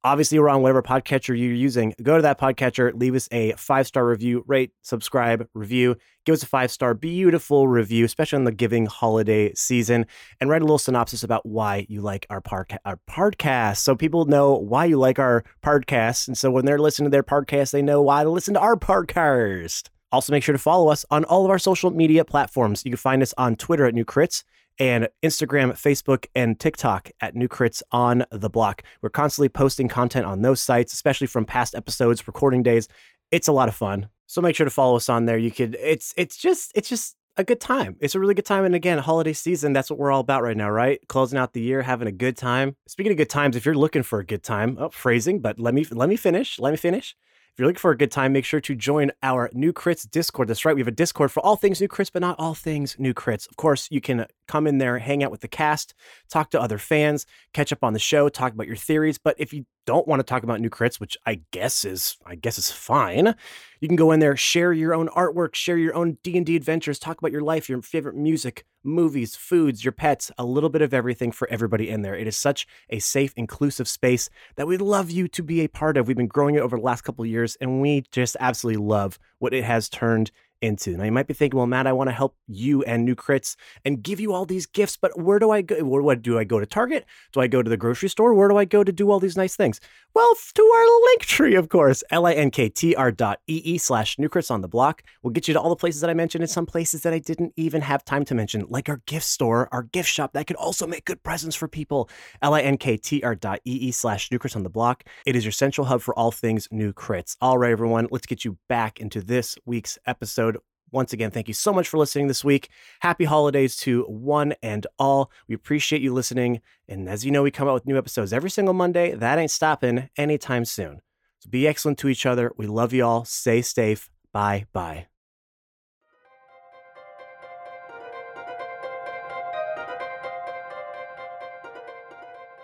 F: Obviously, we're on whatever podcatcher you're using. Go to that podcatcher, leave us a five star review, rate, subscribe, review. Give us a five star, beautiful review, especially on the giving holiday season, and write a little synopsis about why you like our, parca- our podcast. So people know why you like our podcast. And so when they're listening to their podcast, they know why to listen to our podcast. Also, make sure to follow us on all of our social media platforms. You can find us on Twitter at New Crits and Instagram, Facebook, and TikTok at New Crits on the Block. We're constantly posting content on those sites, especially from past episodes, recording days. It's a lot of fun. So make sure to follow us on there. You could it's it's just it's just a good time. It's a really good time. And again, holiday season, that's what we're all about right now, right? Closing out the year, having a good time. Speaking of good times, if you're looking for a good time, oh, phrasing, but let me let me finish. Let me finish. If you're looking for a good time, make sure to join our New Crits Discord. That's right. We have a Discord for all things New Crits, but not all things New Crits. Of course, you can uh, come in there, hang out with the cast, talk to other fans, catch up on the show, talk about your theories. But if you don't want to talk about new crits, which I guess is I guess is fine, you can go in there, share your own artwork, share your own D&D adventures, talk about your life, your favorite music, movies, foods, your pets, a little bit of everything for everybody in there. It is such a safe, inclusive space that we'd love you to be a part of. We've been growing it over the last couple of years and we just absolutely love what it has turned into. Now you might be thinking, well, Matt, I want to help you and new crits and give you all these gifts, but where do I go? Where, what do I go to Target? Do I go to the grocery store? Where do I go to do all these nice things? Well, f- to our link tree, of course, linktr dot ee slash nucrits on the block. will get you to all the places that I mentioned and some places that I didn't even have time to mention, like our gift store, our gift shop that could also make good presents for people. linktr dot ee slash nucrits on the block. It is your central hub for all things new crits. All right, everyone, let's get you back into this week's episode. Once again, thank you so much for listening this week. Happy holidays to one and all. We appreciate you listening. And as you know, we come out with new episodes every single Monday. That ain't stopping anytime soon. So be excellent to each other. We love you all. Stay safe. Bye bye.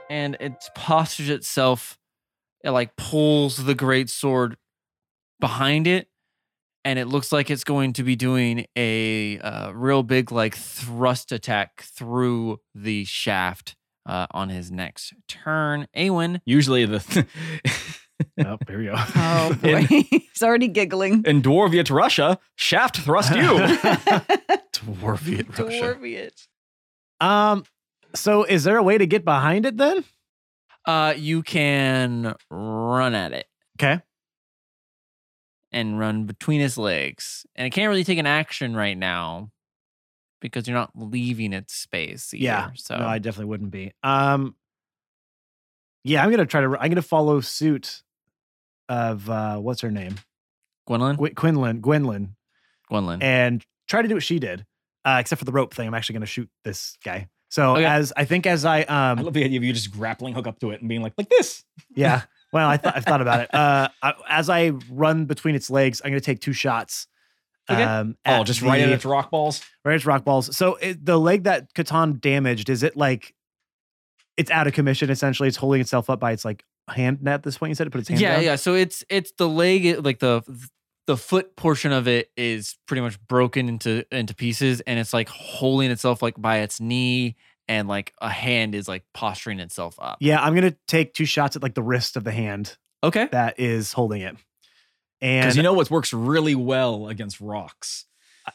B: and it postures itself. It like pulls the great sword behind it, and it looks like it's going to be doing a uh, real big like thrust attack through the shaft uh, on his next turn. Awen,
D: Usually the.
G: Oh, here we go.
H: Oh boy,
D: In-
H: he's already giggling.
D: in Dwarviate Russia, shaft thrust you.
A: Dwarviate Russia.
H: Dwarviate.
G: Um, so is there a way to get behind it then?
B: uh, you can run at it
G: Okay.
B: and run between his legs, and it can't really take an action right now because you're not leaving its space. Either,
G: Yeah.
B: so
G: No, I definitely wouldn't be. Um, yeah, I'm gonna try to. I'm gonna follow suit of uh, what's her name,
B: Gwendolyn,
G: Gw- Quinlan, Gwendolyn,
B: Gwendolyn.
G: and try to do what she did, uh, except for the rope thing. I'm actually gonna shoot this guy. So
B: Okay.
G: as I think as I um,
D: I love the idea of you just grappling hook up to it and being like, like this.
G: Yeah. Well, I thought I've thought about it. Uh, I, as I run between its legs, I'm going to take two shots.
D: Okay.
G: Um,
D: Oh, just right at
G: the-
D: its rock balls.
G: right at its rock balls. So it, the leg that Catan damaged is it like it's out of commission? Essentially, it's holding itself up by its like hand at this point. You said it put its hand.
B: yeah
G: down?
B: yeah so it's it's the leg it- like the the foot portion of it is pretty much broken into into pieces and it's like holding itself like by its knee and like a hand is like posturing itself up
G: Yeah, I'm going to take two shots at like the wrist of the hand
B: okay
G: that is holding it.
D: Because
G: And
D: you know what works really well against rocks?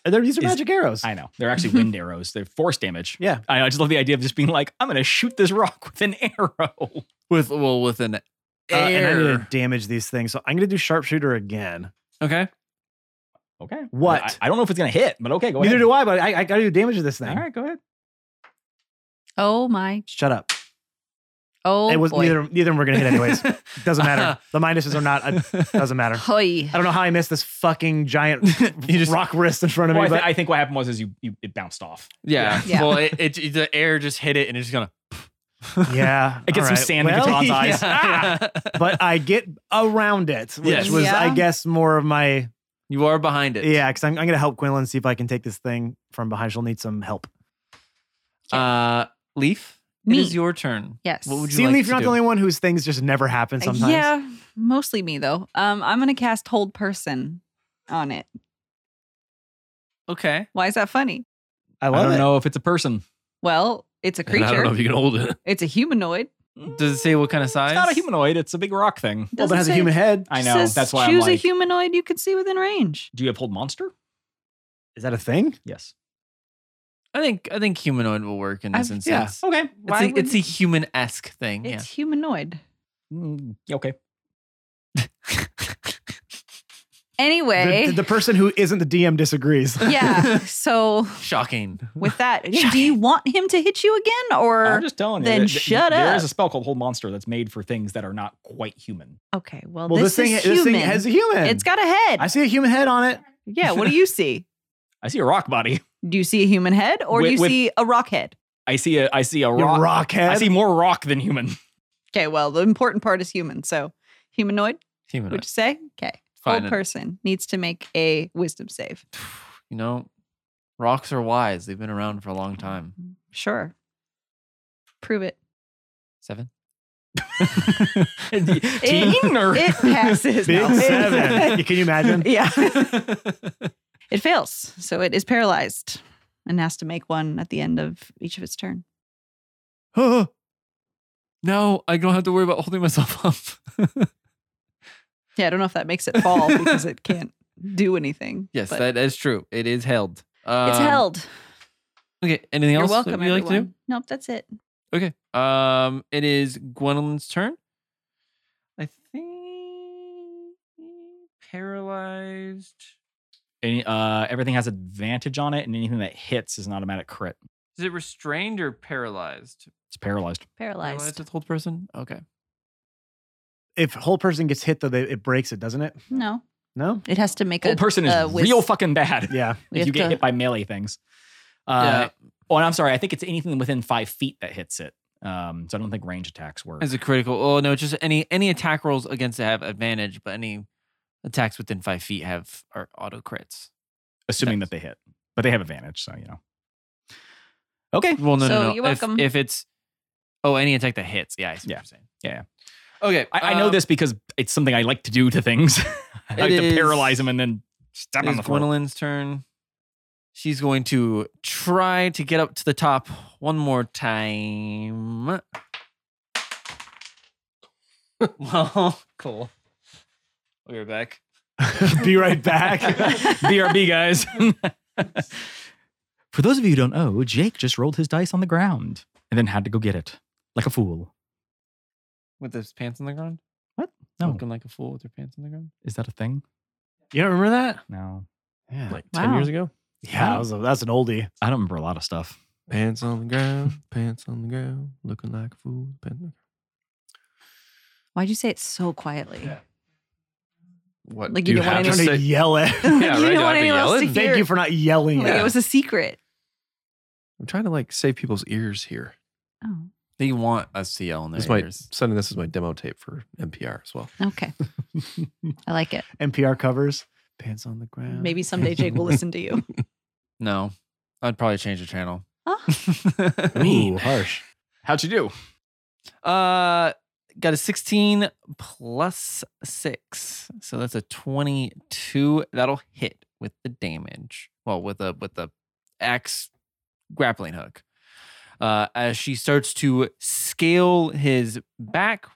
G: they're, these are
D: is-
G: magic arrows.
D: I know. They're actually wind arrows. They're force damage.
G: Yeah.
D: I, know, I just love the idea of just being like, I'm going to shoot this rock with an arrow.
B: with well with an
G: Uh, and I'm
B: air
G: going to damage these things. So I'm going to do sharpshooter again.
B: okay
D: Okay.
G: What?
D: I, I don't know if it's going to hit, but okay, go
G: Neither
D: ahead.
G: do I, but I, I got to do damage to this thing.
D: All right, go ahead.
H: Oh my.
G: Shut up.
H: Oh
G: it was
H: boy.
G: neither neither of them were gonna hit anyways. doesn't matter. The minuses are not. It doesn't matter.
H: Hoy.
G: I don't know how I missed this fucking giant rock wrist in front of
D: Well, I,
G: me,
D: thi-
G: but
D: I think what happened was is you, you it bounced off.
B: yeah,
H: Yeah.
B: well it, it, the air just hit it and it's just gonna
G: yeah,
D: It gets
G: all
D: some sand in
G: well,
D: Catan's eyes.
G: yeah. But I get around it, which
B: Yes.
G: was, I
H: Yeah.
G: guess, more of my
B: you are behind it
G: yeah. Because I'm, I'm gonna help Quinlan see if I can take this thing from behind. She'll need some help.
B: uh leaf
H: Me.
B: it is your turn
H: Yes.
B: what would you
G: See,
B: like
G: Leaf,
B: to
G: you're not
B: do?
G: the only one whose things just never happen.
H: Uh,
G: Sometimes,
H: Yeah, mostly me though. Um, I'm gonna cast Hold Person on it.
B: okay
H: Why is that funny?
G: I
D: I
G: love
D: don't
G: it.
D: know if it's a person.
H: Well, it's a
A: And I don't
H: creature.
A: know if you can hold it.
H: It's a humanoid.
B: does it say what kind of size
D: It's not a humanoid. It's a big rock thing.
G: Well,
H: Doesn't
G: it has a
H: say-
G: human head.
D: I
H: It
D: know.
H: says
D: That's why I'm
H: choose a
D: like,
H: humanoid you can see within range.
D: do you uphold monster?
G: Is that a thing?
D: Yes.
B: i think i think humanoid will work in this
H: I've-
B: instance
G: yeah.
D: Okay.
B: It's
H: Why
B: a, it's
H: wouldn't-
B: a human esque thing.
H: It's humanoid.
D: Mm, okay.
B: yeah.
H: Anyway,
G: The, the person who isn't the DM disagrees.
H: yeah. So
B: Shocking.
H: with that, do you want him to hit you again,
D: I'm
H: or
D: just telling you.
H: then
D: that-
H: shut
D: There
H: up.
D: is a spell called Hold Monster that's made for things that are not quite human.
H: okay? Well,
G: Well, this,
H: this,
G: thing,
H: is
G: this
H: human.
G: thing has a human.
H: it's got a head.
G: I see a human head on it.
H: yeah. What do you see?
D: I see a rock body.
H: Do you see a human head, or do
D: With-
H: you
D: with-
H: see a rock head?
D: I see a. I see a
G: Your
D: rock.
G: rock head.
D: I see more rock than human.
H: Okay. Well, the important part is human. So humanoid.
B: Humanoid.
H: Would you say? Okay.
E: old
B: fine. And,
E: person needs to make a wisdom save.
B: you know, rocks are wise. They've been around for a long time.
E: Sure. Prove it.
B: Seven.
D: Teen or
E: It passes.
G: Big
E: No.
G: seven. Can you imagine?
E: yeah. it fails. So it is paralyzed and has to make one at the end of each of its turn.
B: now I don't have to worry about holding myself up.
E: Yeah, I don't know if that makes it fall because it can't do anything.
B: yes,
E: but
B: that is true. It is held.
E: it's
B: Um,
E: held.
B: Okay. Anything
E: You're
B: else
E: welcome,
B: that you like
E: everyone.
B: to do?
E: Nope, that's it.
B: Okay. Um, it is Gwendolyn's turn. I think paralyzed.
D: Any, uh, everything has advantage on it, and anything that hits is an automatic crit.
B: Is it restrained or paralyzed?
D: It's paralyzed.
B: Paralyzed
E: Paralyzed.
B: with hold person. Okay.
G: If whole person gets hit though, they, it breaks it, doesn't it?
E: No,
G: No.
E: it has to make
D: Old
E: a
D: person is
E: a wis-
D: real fucking bad.
G: Yeah.
E: uh, we
D: if
E: have
D: you get
E: to-
D: hit by melee things.
B: Yeah.
D: Uh, Oh, and I'm sorry. I think it's anything within five feet that hits it. Um, so I don't think range attacks work.
B: As a critical. Oh no, just any any attack rolls against it have advantage, but any attacks within five feet have are auto crits.
D: assuming that they hit, but they have advantage. So you know. Okay.
B: Well, no,
E: So
B: no, no.
E: you're
B: If-
E: welcome.
B: If, it's oh, any attack that hits, yeah, I see
D: Yeah.
B: what you're saying.
D: Yeah,
B: Okay,
D: I, I know
B: um,
D: this because it's something I like to do to things. I like
B: It
D: to paralyze
B: is-
D: them and then stab
B: It
D: on
B: is
D: the floor.
B: Gwendolyn's turn. She's going to try to get up to the top one more time. well, cool. We'll be back.
G: Be right back.
D: BRB, guys. For those of you who don't know, Jake just rolled his dice on the ground and then had to go get it like a fool.
B: With his pants on the ground?
D: No,
B: Looking like a fool with her pants on the ground?
D: is that a thing?
G: you don't remember that?
D: No,
G: Yeah.
A: Like 10 years ago?
G: yeah, that was a, that's an oldie.
D: I don't remember a lot of stuff.
A: Pants on the ground, pants on the ground, looking like a fool. Pants.
E: Why'd you say it so quietly?
A: What?
E: Like,
A: do
E: you
A: you
E: don't
A: have
E: want
A: to
E: anyone
A: say?
G: to yell at.
E: Like,
A: Yeah,
E: you
A: right,
E: didn't want
A: I'd be
E: anyone else to
A: yelling.
E: hear.
G: Thank you for not yelling.
E: like,
A: Yeah.
E: It was a secret.
A: I'm trying to like save people's ears here.
E: Oh,
B: They want us to yell in their
A: This might
B: ears.
A: sending this is my demo tape for NPR as well.
E: okay. I like it.
G: NPR covers. Pants on the ground.
E: Maybe someday Jake will listen to you.
B: No. I'd probably change the channel.
E: Oh.
A: Mean.
G: harsh.
D: How'd you do?
B: Uh, got a 16 plus 6. So that's a 22. That'll hit with the damage. Well, with a with the axe grappling hook. Uh, as she starts to scale his back,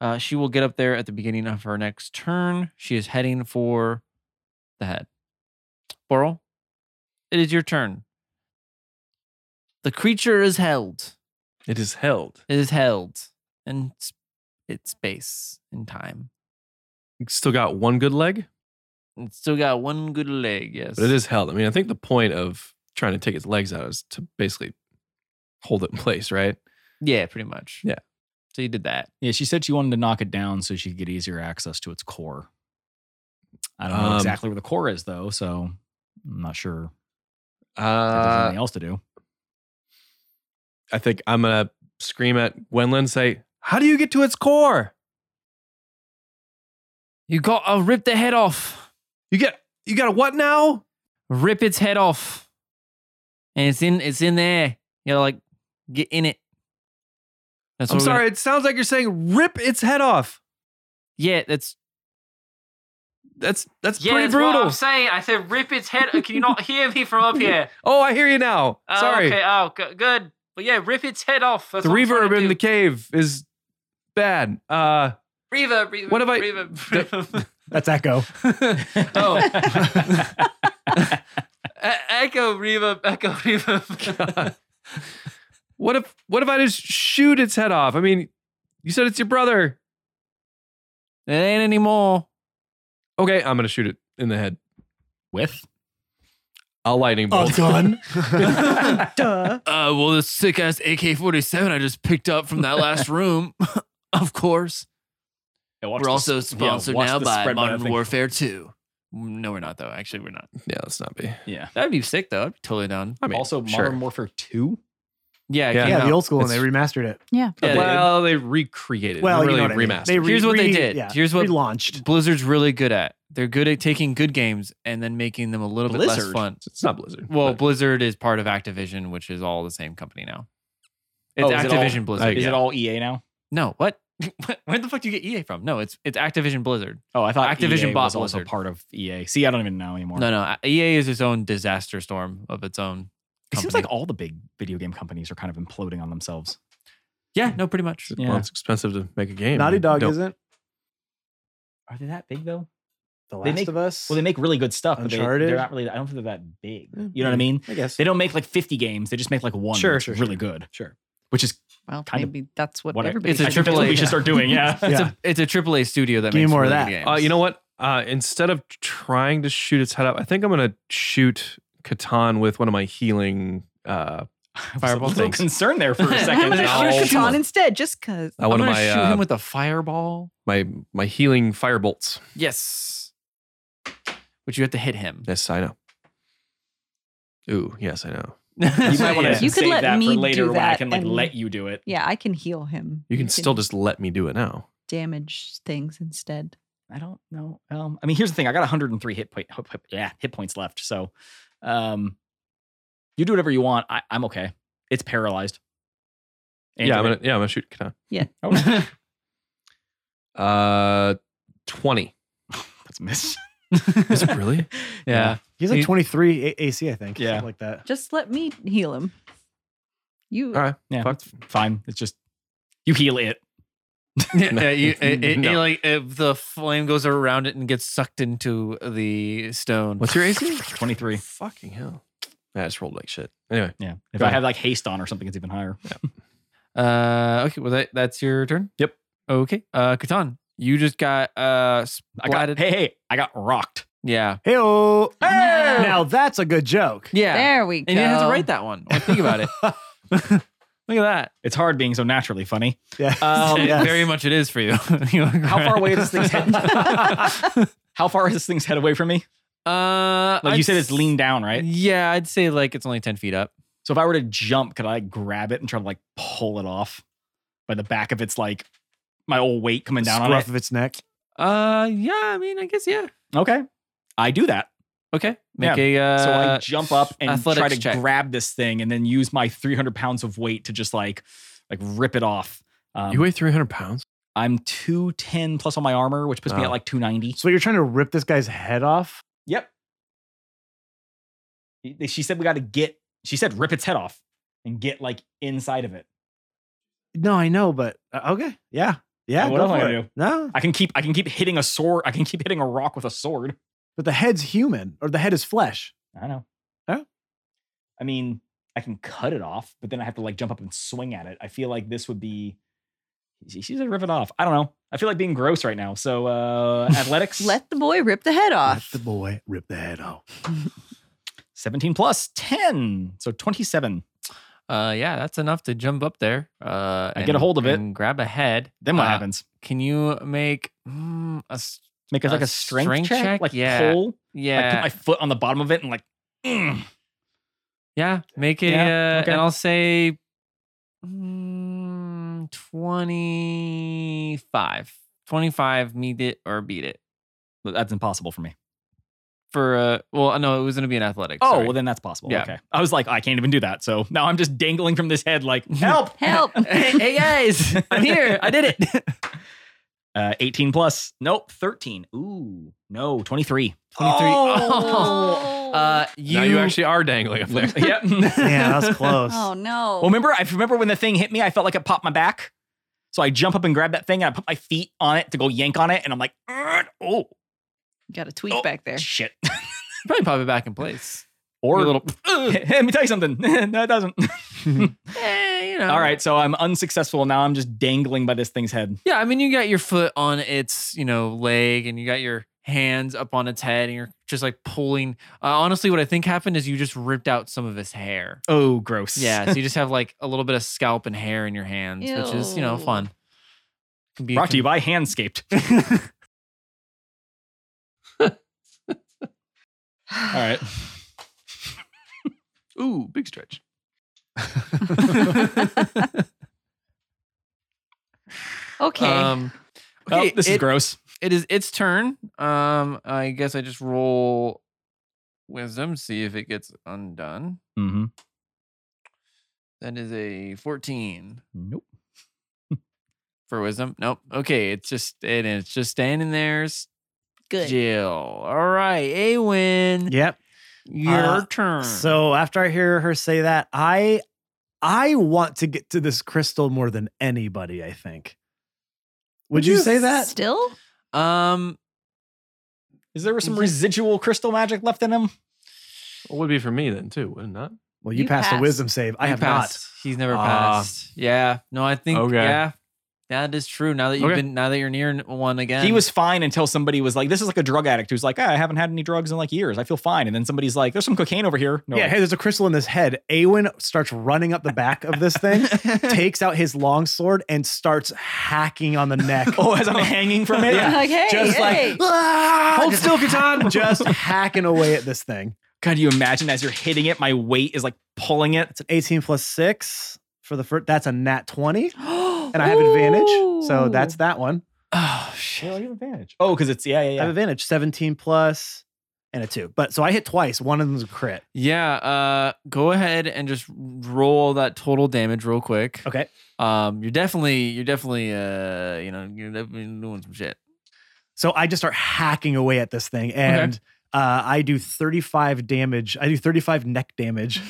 B: uh, she will get up there at the beginning of her next turn. She is heading for the head. Boral, it is your turn. The creature is held.
A: It is held.
B: It is held in s- its space and time.
A: It's still got one good leg,
B: It's still got one good leg, yes.
A: but it is held. I mean, I think the point of trying to take its legs out is to basically hold it in place, right?
B: Yeah, pretty much.
A: Yeah.
B: So you did that.
D: Yeah, she said she wanted to knock it down so she could get easier access to its core. I don't know
A: Um,
D: exactly where the core is though, so I'm not sure if there's
A: Uh,
D: anything else to do.
A: I think I'm gonna scream at Gwenlyn, say, "How do you get to its core?
B: You got to rip the head off.
A: You get you got a what now?
B: Rip its head off. And it's in it's in there. You gotta like get in it. That's
A: I'm
B: what we're gonna-
A: sorry. It sounds like you're saying rip its head off.
B: yeah, that's
A: That's that's
B: yeah,
A: pretty
B: that's
A: brutal.
B: What I'm saying. I said rip its head. uh, Can you not hear me from up here?
A: oh, I hear you now.
B: Oh,
A: sorry,
B: Okay. Oh, g- good. But yeah, rip its head off. That's
A: the
B: what I'm trying
A: reverb
B: to
A: in
B: do.
A: the cave is bad. Uh,
B: reverb. Reverb.
A: What have I-
B: Reverb. reverb.
G: That's Echo.
B: Oh. E- echo reverb, echo reverb.
A: What if what if I just shoot its head off? I mean, you said it's your brother.
B: it ain't anymore.
A: Okay, I'm gonna shoot it in the head.
D: With?
A: A lightning bolt.
G: Duh.
B: Uh, well, this sick ass AK 47 I just picked up from that last room. of course.
D: Yeah, watch
B: we're
D: the-
B: also
D: yeah,
B: sponsored
D: watch
B: now
D: the
B: by
D: spread that
B: Modern
D: thing.
B: Warfare 2. No, we're not, though. Actually, we're not.
A: yeah, let's not be.
D: Yeah.
B: That'd be sick, though. I'd be totally down.
A: I mean,
D: also,
A: sure.
D: Modern Warfare 2?
B: Yeah, it
A: Yeah.
B: came
G: Yeah,
B: out.
G: the old school, and they
A: It's-
G: remastered it.
B: Yeah, they-
A: well, they recreated. it.
G: Well,
A: They
G: you
A: really
G: know what I mean.
A: remastered.
G: They re-
B: Here's what they
G: re-
B: did.
G: Yeah,
B: Here's what-
G: relaunched.
B: Blizzard's really good at. They're good at taking good games and then making them a little bit less
D: Blizzard?
B: fun.
A: It's not Blizzard.
B: Well,
A: but-
B: Blizzard is part of Activision, which is all the same company now. It's
D: Oh, is it all-
B: Activision Blizzard.
A: I-
D: Is
A: yeah.
D: it all EA now?
B: No, what? Where the fuck do you get EA from? No, it's it's Activision Blizzard.
D: Oh, I thought
B: Activision
D: EA
B: bought
D: was also
B: Blizzard.
D: part of EA. See, I don't even know anymore.
B: No, no, EA is its own disaster storm of its own.
D: It seems
B: company.
D: like all the big video game companies are kind of imploding on themselves.
B: yeah, no, pretty much.
D: Yeah.
A: well, it's expensive to make a game.
G: Naughty
A: They
G: Dog
A: don't-
G: isn't.
D: Are they that big though?
G: The Last
D: They make-
G: of Us.
D: Well, they make really good stuff, but they,
G: Uncharted?
D: they're not really. I don't think they're that big.
G: Yeah,
D: You know what I mean?
G: I guess.
D: They don't make like 50 games. They just make like one.
G: Sure,
D: that's
G: sure,
D: Really
G: sure.
D: good.
G: Sure.
D: Which is
E: Well,
D: kind of
E: maybe that's what,
D: what I-
E: everybody.
B: It's a
D: I think that's what
B: AAA.
D: we should start doing. Yeah.
B: It's
G: Yeah.
B: a it's a AAA studio that
G: Give me
B: makes
G: more of
B: really
G: that.
B: good games.
A: Uh, you know what? Uh, instead of trying to shoot its head up, I think I'm gonna shoot Catan with one of my healing. Uh,
D: I was a
B: Fireball
D: little
A: things.
D: concerned there for a
E: I'm
D: second.
E: gonna
A: No.
E: shoot Catan instead, just cause.
A: uh, one
B: I'm
A: of
B: gonna
A: my
B: shoot
A: uh,
B: him with a fireball.
A: my my healing fire bolts.
B: Yes. But you have to hit him.
A: Yes, I know. Ooh, yes, I know.
D: you might want
B: Yeah.
D: to
E: You could
D: save
E: let
D: that
E: me
D: for later
E: do
D: when I
E: that
D: can like
E: and-
D: let you do it.
E: Yeah, I can heal him.
A: You can still just let me do it now.
E: damage things instead.
D: I don't know. Um, I mean, here's the thing. I got 103 hit point. hit- hit- Yeah, hit points left. So, um, you do whatever you want. I, I'm okay. It's paralyzed.
A: yeah, I'm
D: Andrew,
A: gonna yeah, I'm gonna shoot Catan.
D: oh,
A: Uh, twenty.
D: that's a miss.
A: Is it really?
B: yeah.
G: He's like
B: You-
G: 23 A- AC, I think.
D: Yeah.
G: something like that.
E: Just let me heal him. You
A: All right.
D: Yeah,
A: Fuck.
D: fine. It's just you heal it.
A: No.
B: yeah, you, it, it-
A: No.
B: it, like if the flame goes around it and gets sucked into the stone.
A: What's your AC?
D: 23.
A: Fucking hell. I just rolled like shit. Anyway,
D: Yeah. If
A: Go
D: I
A: ahead.
D: have like haste on or something, it's even higher.
B: Uh, okay, well that that's your turn.
A: Yep.
B: Okay. Uh, Catan, you just got uh
D: I got
B: splatted.
D: hey hey, I got rocked.
B: yeah,
G: Hey, oh.
E: Yeah.
G: Now that's a good joke.
B: yeah.
E: there we go.
B: and you didn't have to write that one. Or think about it. Look at that.
D: It's hard being so naturally funny.
G: Yeah.
B: Uh,
D: Um,
G: Yes.
B: Very much it is for you.
D: How far away is this thing's head? How far is this thing's head away from me?
B: Uh,
D: Like you
B: I'd
D: said, it's
B: s-
D: leaned down, right?
B: Yeah, I'd say like it's only ten feet up.
D: So if I were to jump, could I like, grab it and try to like pull it off by the back of its like my old weight coming down
G: Scruff
D: on
G: of its neck.
B: Uh, yeah. I mean, I guess yeah.
D: it? Okay. I do that.
B: Okay. Make a uh,
D: So I jump up and try
B: athletics
D: to
B: check.
D: grab this thing and then use my 300 pounds of weight to just like like rip it off. Um,
A: you weigh 300 pounds.
D: I'm 210 plus on my armor, which puts me
A: Wow.
D: at like 290.
G: So you're trying to rip this guy's head off?
D: Yep. They- She said we got to get, she said rip its head off and get like inside of it.
G: No, I know, but uh, okay. Yeah. Yeah.
D: What
G: go
D: am I
G: for
D: gonna
G: it.
D: do?
G: No.
D: I can keep, I can keep hitting a sword. I can keep hitting a rock with a sword.
G: But the head's human or the head is flesh.
D: I know.
B: Oh.
G: Huh?
D: I mean, I can cut it off, but then I have to like jump up and swing at it. I feel like this would be. She she said rip it off. I don't know. I feel like being gross right now. So uh athletics.
E: Let the boy rip the head
G: Let
E: off.
G: the boy rip the head off.
D: 17 plus 10. So 27.
B: Uh, yeah, that's enough to jump up there. Uh,
D: I get a hold of it.
B: and grab a head.
D: Then what
B: Uh,
D: happens?
B: Can you make mm, a s-
D: Make it
B: a
D: like a strength,
B: strength
D: check?
B: check?
D: Like
B: Yeah.
D: pull. Like put
B: yeah
D: my foot on the bottom of it and like mm.
B: yeah make it
D: Yeah,
B: uh,
D: okay.
B: and I'll say mm, 25 25 meet it or beat it
D: But that's impossible for me.
B: for uh well no it was gonna be an athletic
D: Oh,
B: sorry.
D: well then that's possible.
B: Yeah.
D: Okay. I was like, I can't even do that. So now I'm just dangling from this head like help.
E: Help!
B: hey, hey, guys I'm here I did it
D: Uh, 18 plus. Nope. 13. Ooh. No. 23.
B: 23
E: Oh.
B: uh you,
A: now you actually are dangling up there.
D: yep.
G: Yeah, that's close.
E: oh no!
D: Well, remember, I remember when the thing hit me, I felt like it popped my back. So I jump up and grab that thing and I put my feet on it to go yank on it. And I'm like, "Ugh, oh,
E: Got a tweak
D: Oh.
E: back there.
D: shit.
B: probably pop it back in place
D: Or
B: a little
D: "Ugh, let me tell you something. no, it doesn't.
B: eh, you know
D: All right. So I'm unsuccessful. Now I'm just dangling by this thing's head.
B: Yeah, I mean, you got your foot on its, you know, leg, and you got your hands up on its head, and you're just like pulling. Uh, honestly, what I think happened is you just ripped out some of his hair.
D: Oh, gross.
B: Yeah, so you just have like a little bit of scalp and hair in your hands, which is, you know,
E: Ew.
B: fun. Can be
D: Brought to you by Handscaped. All right.
A: Ooh, big stretch.
E: Okay.
G: Uh,
B: Um,
D: Oh,
B: okay,
D: this is
B: it-
D: gross.
B: It is its turn. Um, I guess I just roll wisdom, see if it gets undone.
D: Mm-hmm.
B: That is a 14
D: Nope.
B: for wisdom. Nope. Okay, it's just it is just standing there
E: Good.
B: still. All right, Awen,
G: Yep.
B: your
G: Uh,
B: turn.
G: So after I hear her say that, I I want to get to this crystal more than anybody, I think. Would you say that?
E: Still?
B: um,
D: Is there some residual crystal magic left in him?
A: It would be for me then too, would it not?
G: well, you,
E: You
G: passed,
E: passed.
G: a wisdom save. I
B: he
G: have
B: passed. He's never
A: Ah.
B: passed. Yeah. No, I think
A: Okay.
B: yeah. That is true. Now that you've
A: Okay.
B: been now that you're near one again.
D: He was fine until somebody was like, "This is like a drug addict who's like, ah, I haven't had any drugs in like years. I feel fine." And then somebody's like, "There's some cocaine over here." No,
G: not. Yeah, hey, there's a crystal in his head. Awen starts running up the back of this thing, takes out his long sword, and starts hacking on the neck.
D: oh, as I'm hanging from it.
G: Yeah.
E: Like, hey,
G: Just
E: hey.
G: like "Ah!"
B: Oh,
A: Hold
G: just,
A: still, Catan!
G: just hacking away at this thing.
D: God, do you imagine as you're hitting it, my weight is like pulling it.
G: It's an 18 plus six for the first. That's a nat 20, and I have advantage. So
E: Ooh.
G: that's that one.
B: Oh shit.
D: you have advantage. Oh, because it's yeah, yeah,
G: I
D: yeah.
G: have advantage 17 plus and a two. But so I hit twice. One of them's a crit.
B: Yeah, uh go ahead and just roll that total damage real quick.
G: Okay.
B: Um you're definitely you're definitely uh you know, you're definitely doing some shit.
G: So I just start hacking away at this thing and uh, I do 35 damage. I do 35 neck damage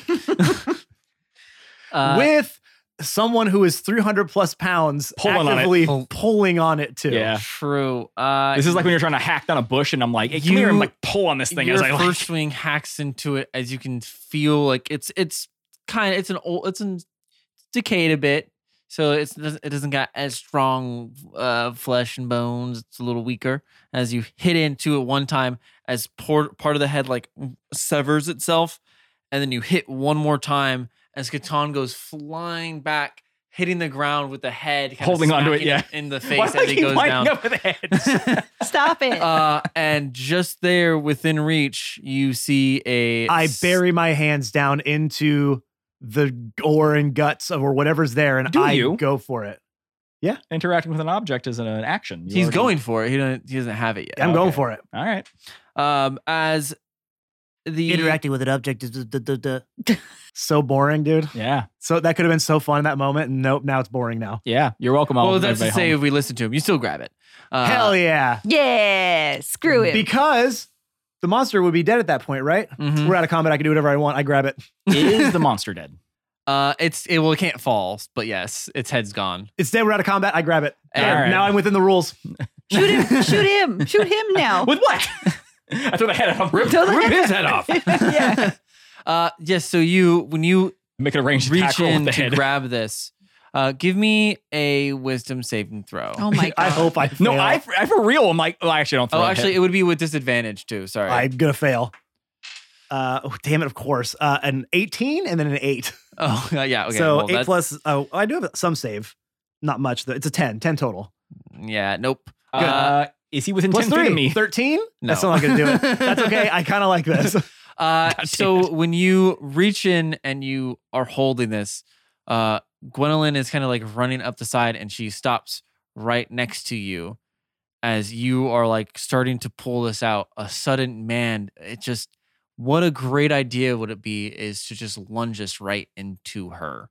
B: Uh,
G: with someone who is 300 plus pounds
D: Pulling on it.
G: actively
B: Pull-
G: pulling on it too.
D: Yeah.
B: True. Uh
D: This is like when you're trying to hack down a bush, and I'm like, hey, come
B: You-
D: here, and like pull on this thing
B: your
D: as I
B: first
D: like.
B: swing hacks into it as you can feel like it's it's kind of it's an old it's an it's decayed a bit so it's it doesn't got as strong uh flesh and bones it's a little weaker as you hit into it one time as por- part of the head like severs itself and then you hit one more time as Catan goes flying back hitting the ground with the head kinda
D: Holding onto it,
B: smacking
D: yeah.
B: in the
D: Why
B: face
D: do I
B: as he
D: keep
B: goes
D: winding
B: down
D: up with heads?
E: Stop it.
B: uh, and just there within reach, you see a.
G: I
B: s-
G: bury my hands down into the gore and guts of or whatever's there and
D: Do
G: I
D: you?
G: go for it.
D: Interacting with an object is an action. You
B: He's
D: already-
B: going for it. He doesn't. He doesn't have it yet.
G: I'm going
D: Okay.
G: for it.
D: All right.
B: Um, as the
G: with an object is so boring, dude.
D: Yeah.
G: So that could have been so fun in that moment. Nope, now it's boring now.
D: Yeah. You're welcome. all
B: Well,
D: of
B: that's to
D: everybody
B: say,
D: home.
B: if we listen to him, you still grab it. Uh,
G: Hell yeah.
E: yeah. Screw it.
G: Because the monster would be dead at that point, right?
B: mhm.
G: We're out of combat. I can do whatever I want. I grab it.
D: is the monster dead?
B: Uh, it's it. Well, it can't fall, but yes, its head's gone.
G: It's dead. We're out of combat. I grab it.
B: All
G: And
D: right.
G: Now I'm within the rules.
E: shoot him. Shoot him. Shoot him now.
D: With what? I threw the head out.
A: Rip,
E: Don't
A: rip his head off.
E: yeah.
B: Uh, yes. So you, when you
D: Make an arranged attack
B: reach
D: roll with
B: in
D: the
B: to
D: head.
B: grab this, uh, give me a wisdom saving throw.
E: Oh my god.
G: I hope I fail.
D: no, I, for- I for real. I'm like, oh, actually, I don't. Throw
B: Oh,
D: a
B: actually,
D: hit.
B: it would be with disadvantage too. Sorry.
G: I'm going to fail. Uh, oh, damn it, of course. Uh, an 18 and then an 8.
B: oh, yeah. Okay.
G: so
B: well,
G: 8
B: that's-
G: plus, oh, I do have some save. Not much. Though. It's a 10. 10 total.
B: Yeah. Nope.
D: uh, is he within
G: Plus
D: ten feet
G: 3.
D: of me?
G: 13? That's
B: No.
G: not going to do it. That's okay. I kind of like this.
B: Uh, so when you reach in and you are holding this, uh, Gwendolyn is kind of like running up the side and she stops right next to you as you are like starting to pull this out. A sudden, man, it just, what a great idea would it be is to just lunge us right into her.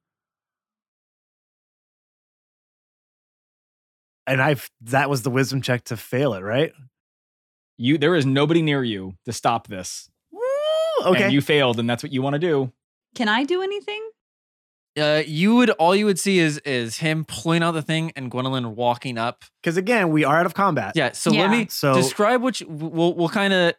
G: And I've, that was the wisdom check to fail it, right?
D: You there is nobody near you to stop this.
F: Oh,
G: Okay.
D: And you failed, and that's what you want to do.
E: Can I do anything?
B: Uh, you would all you would see is is him pulling out the thing and Gwendolyn walking up.
G: Because again, we are out of
F: Uh,
G: combat.
B: Yeah. So let
E: Yeah.
B: me
G: So
B: describe what you, we'll we'll kind of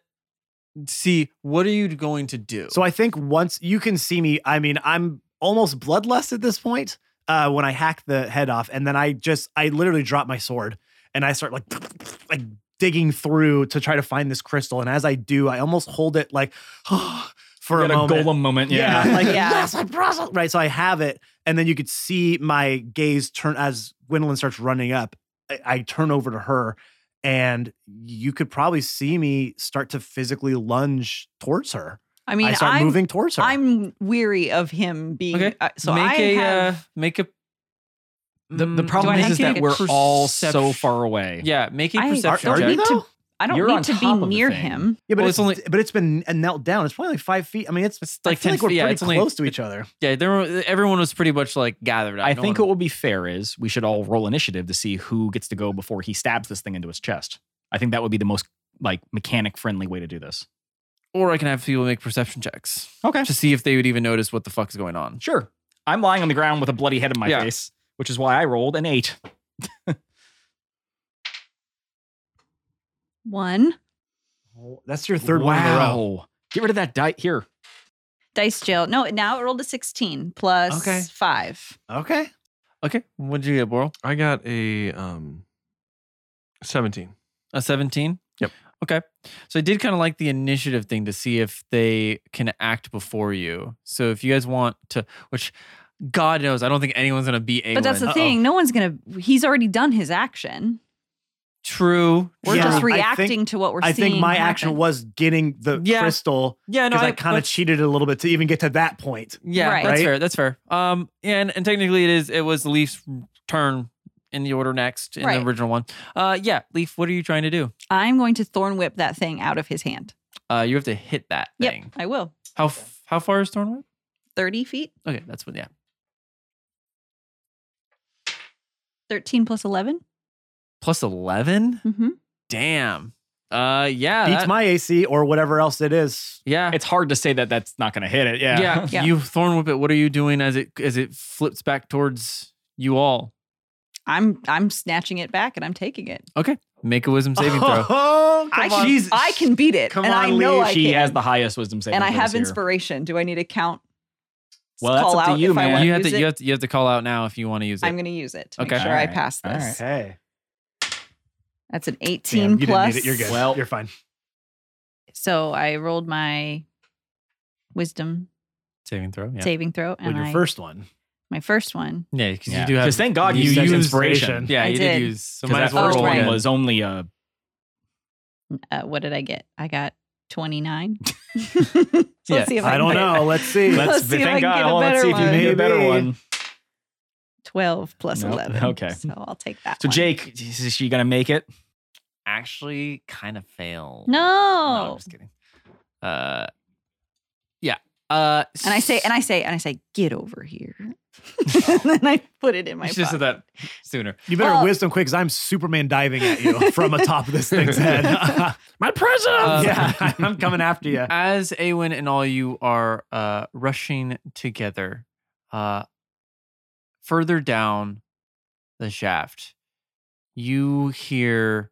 B: see what are you going to do.
G: so I think once you can see me, I mean, I'm almost bloodlust at this point. Uh, when I hack the head off, and then I just I literally drop my sword and I start like like digging through to try to find this crystal. And as I do, I almost hold it like for
D: You
G: a
D: had a
G: moment.
D: golem moment. Yeah.
G: like
E: Yeah.
G: yes, I brought it. Right, so I have it, and then you could see my gaze turn as Gwendolyn starts running up. I, I turn over to her, and you could probably see me start to physically lunge towards her.
E: I mean,
G: I start
E: I'm
G: moving towards her.
E: I'm weary of him being.
B: Okay.
E: Uh, so
B: make
E: I
B: a
E: have.
B: uh, make a.
D: The,
B: Mm,
D: the
B: do
D: problem
E: I
D: is,
E: have
D: is
E: to
D: that
E: make
D: we're
B: a
D: all so
B: perception-
D: far away.
B: Yeah, make a
E: I-
B: perception
G: Aren't
E: Don't
B: check.
E: need
G: we
E: to-
G: though?
E: I don't
D: You're on
E: need to
D: top of
E: be
D: the
E: near
D: thing.
E: him.
G: Yeah, but
B: Well, it's
G: it's, only, but it's been knelt down. It's probably like five feet. I mean, it's,
B: It's
G: like
B: like
G: I feel
B: 10
G: like we're
B: feet. Yeah,
G: pretty
B: it's only-
G: close to each other.
B: Yeah, there were, everyone was pretty much like gathered.
D: I
B: No
D: think
B: one-
D: what would be fair is we should all roll initiative to see who gets to go before he stabs this thing into his chest. I think that would be the most like mechanic friendly way to do this.
B: or I can have people make perception checks
D: Okay.
B: to see if they would even notice what the fuck's going on.
D: Sure. I'm lying on the ground with a bloody head in my
B: Yeah.
D: face, which is why I rolled an eight.
E: One
G: That's your third one in a row.
D: Wow. Get rid of that die here.
E: dice jail. No, now it rolled a sixteen plus
G: Okay.
E: five.
G: Okay.
B: Okay, what did you get, Boral?
A: I got a um, 17.
B: A seventeen.
A: Yep.
B: Okay, so I did kind of like the initiative thing to see if they can act before you. So if you guys want to, which God knows, I don't think anyone's gonna be a.
E: But that's the
G: Uh-oh.
E: thing. No one's gonna. He's already done his action.
B: True.
E: We're
G: Yeah. I
E: just
G: think-
E: reacting to what we're
G: I
E: seeing.
G: think my
E: happen.
G: action was getting the
B: Yeah.
G: crystal
B: Yeah, no,
G: because I kind of
B: that's-
G: cheated a little bit to even get to that point.
B: Yeah,
E: Right.
B: that's
G: Right?
B: fair. That's fair. Um, and and technically it is it was the Leafs' turn in the order next in
E: Right.
B: the original one. Uh, yeah, Leaf, what are you trying to do?
E: I'm going to thorn whip that thing out of his hand.
B: Uh, you have to hit that thing.
E: Yep, I will.
B: How f- how far is Thornwood?
E: Thirty feet.
B: Okay, that's what. Yeah,
E: Thirteen plus eleven.
B: plus eleven.
E: Mm-hmm.
B: Damn. Uh, yeah.
G: Beats
B: that-
G: my AC or whatever else it is.
B: yeah.
D: It's hard to say that that's not going to hit it. Yeah.
B: yeah.
E: Yeah.
B: You thorn whip it. What are you doing as it as it flips back towards you all?
E: I'm I'm snatching it back and I'm taking it.
B: Make a wisdom saving throw.
G: Oh,
E: I
G: come on.
E: can I can beat it,
G: Come
E: and I
G: on,
E: know
G: Lee.
E: I
D: She
E: can.
D: has the highest wisdom saving.
E: and I
D: throws
E: have
D: here.
E: inspiration. Do I need to count?
D: Well, that's
E: call
D: up to
E: out
D: you,
E: if I
D: man.
E: wanna
B: you have to
E: use
B: you
E: it?
B: have to you have to call out now if you want to use it.
E: I'm going to use it to make
B: Okay.
E: sure I
D: Alright,
E: pass this.
D: alright.
G: Hey.
E: That's an
G: Damn,
E: 18
G: you didn't
E: plus.
G: need it. You're good.
D: Well-
G: You're fine.
E: So I rolled my wisdom
B: saving throw. Yeah.
E: saving throw,
G: With
E: and
G: your
E: I,
G: first one.
E: my first one.
B: Yeah, because
D: Yeah.
B: you do have.
D: 'Cause thank God you,
G: you
D: used
G: used
D: inspiration.
G: inspiration.
B: Yeah,
E: I
B: you
E: did.
B: did use. So
D: Because
B: might
D: that
B: as well
D: first
B: roll
E: right.
D: one
B: again.
D: was only a
E: Uh, what did I get? I got 29. so
B: Yeah,
E: let's see if I,
G: I
E: can
G: don't
E: get
G: know. Let's see.
E: Let's
D: Let's
E: see if I
D: thank
E: can
D: God.
E: get a
D: Well, let's
E: better
D: see if you
G: one.
D: can get a better
G: Maybe.
D: one.
E: 12 plus
D: Nope.
E: 11.
D: Okay.
E: So I'll take that.
D: So
E: one.
D: Jake, is she gonna make it?
B: actually kind of failed.
E: No.
B: I'm just kidding. Uh, yeah. Uh,
E: and I say, and I say, and I say, get over here. and then I put it in my
B: should have said
E: pocket.
B: that sooner.
G: You better
E: Well-
G: wisdom quick because I'm Superman diving at you from atop this thing's head.
A: My present!
D: Um,
B: Uh,
G: yeah, I'm coming after you.
B: As Awen and all you are uh, rushing together, uh, further down the shaft, you hear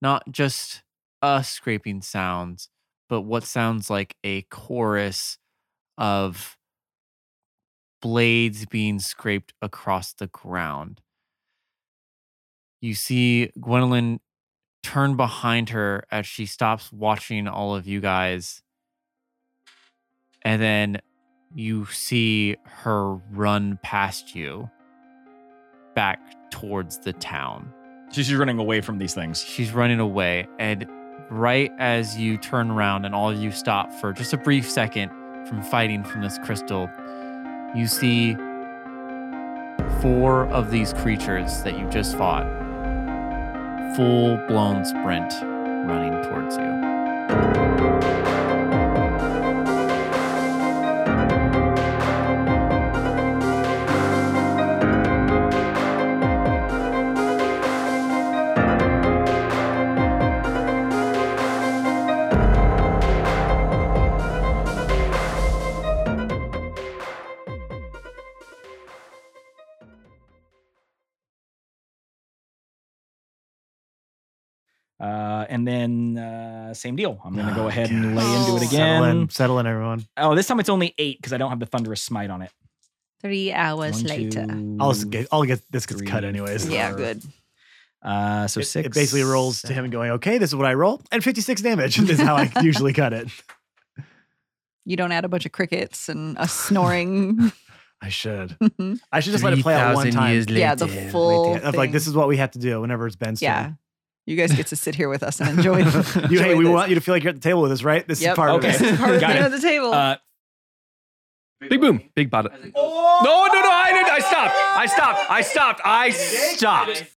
B: not just a scraping sounds, but what sounds like a chorus of blades being scraped across the ground. You see Gwendolyn turn behind her as she stops watching all of you guys. And then you see her run past you back towards the town.
D: She's just running away from these things.
B: She's running away. And right as you turn around and all of you stop for just a brief second from fighting from this crystal, you see four of these creatures that you just fought full blown sprint running towards you.
D: Uh, and then uh, same deal. I'm gonna go
G: Oh,
D: ahead and
G: gosh.
D: lay into it
G: Settle
D: again.
G: in, settle in, everyone.
D: Oh, this time it's only eight because I don't have the thunderous smite on it.
E: Three hours
D: One,
E: later.
D: two,
G: I'll just get, I'll get this gets
D: three,
G: cut anyways.
E: Yeah,
D: four.
E: good.
D: Uh, so
G: It-
D: six.
G: It basically rolls to him going, okay, this is what I roll, and 56 damage is how I usually cut it.
E: You don't add a bunch of crickets and a snoring.
G: I should. I should just let it play out one
B: 3,000
G: time.
B: years
E: yeah, the
B: later.
E: full.
G: Of like,
E: thing.
G: this is what we have to do whenever it's Ben's
E: Yeah.
G: turn.
E: You guys get to sit here with us and enjoy. enjoy
G: You, hey, we
E: this.
G: want you to feel like you're at the table with us, right? This
E: Yep.
G: is part
D: Okay.
G: of it.
E: Part of
D: Got
E: the-
D: it.
E: the table.
D: Uh,
A: Big boom. Big bada. No, no, no. I didn't. I stopped. I stopped. I stopped. I stopped.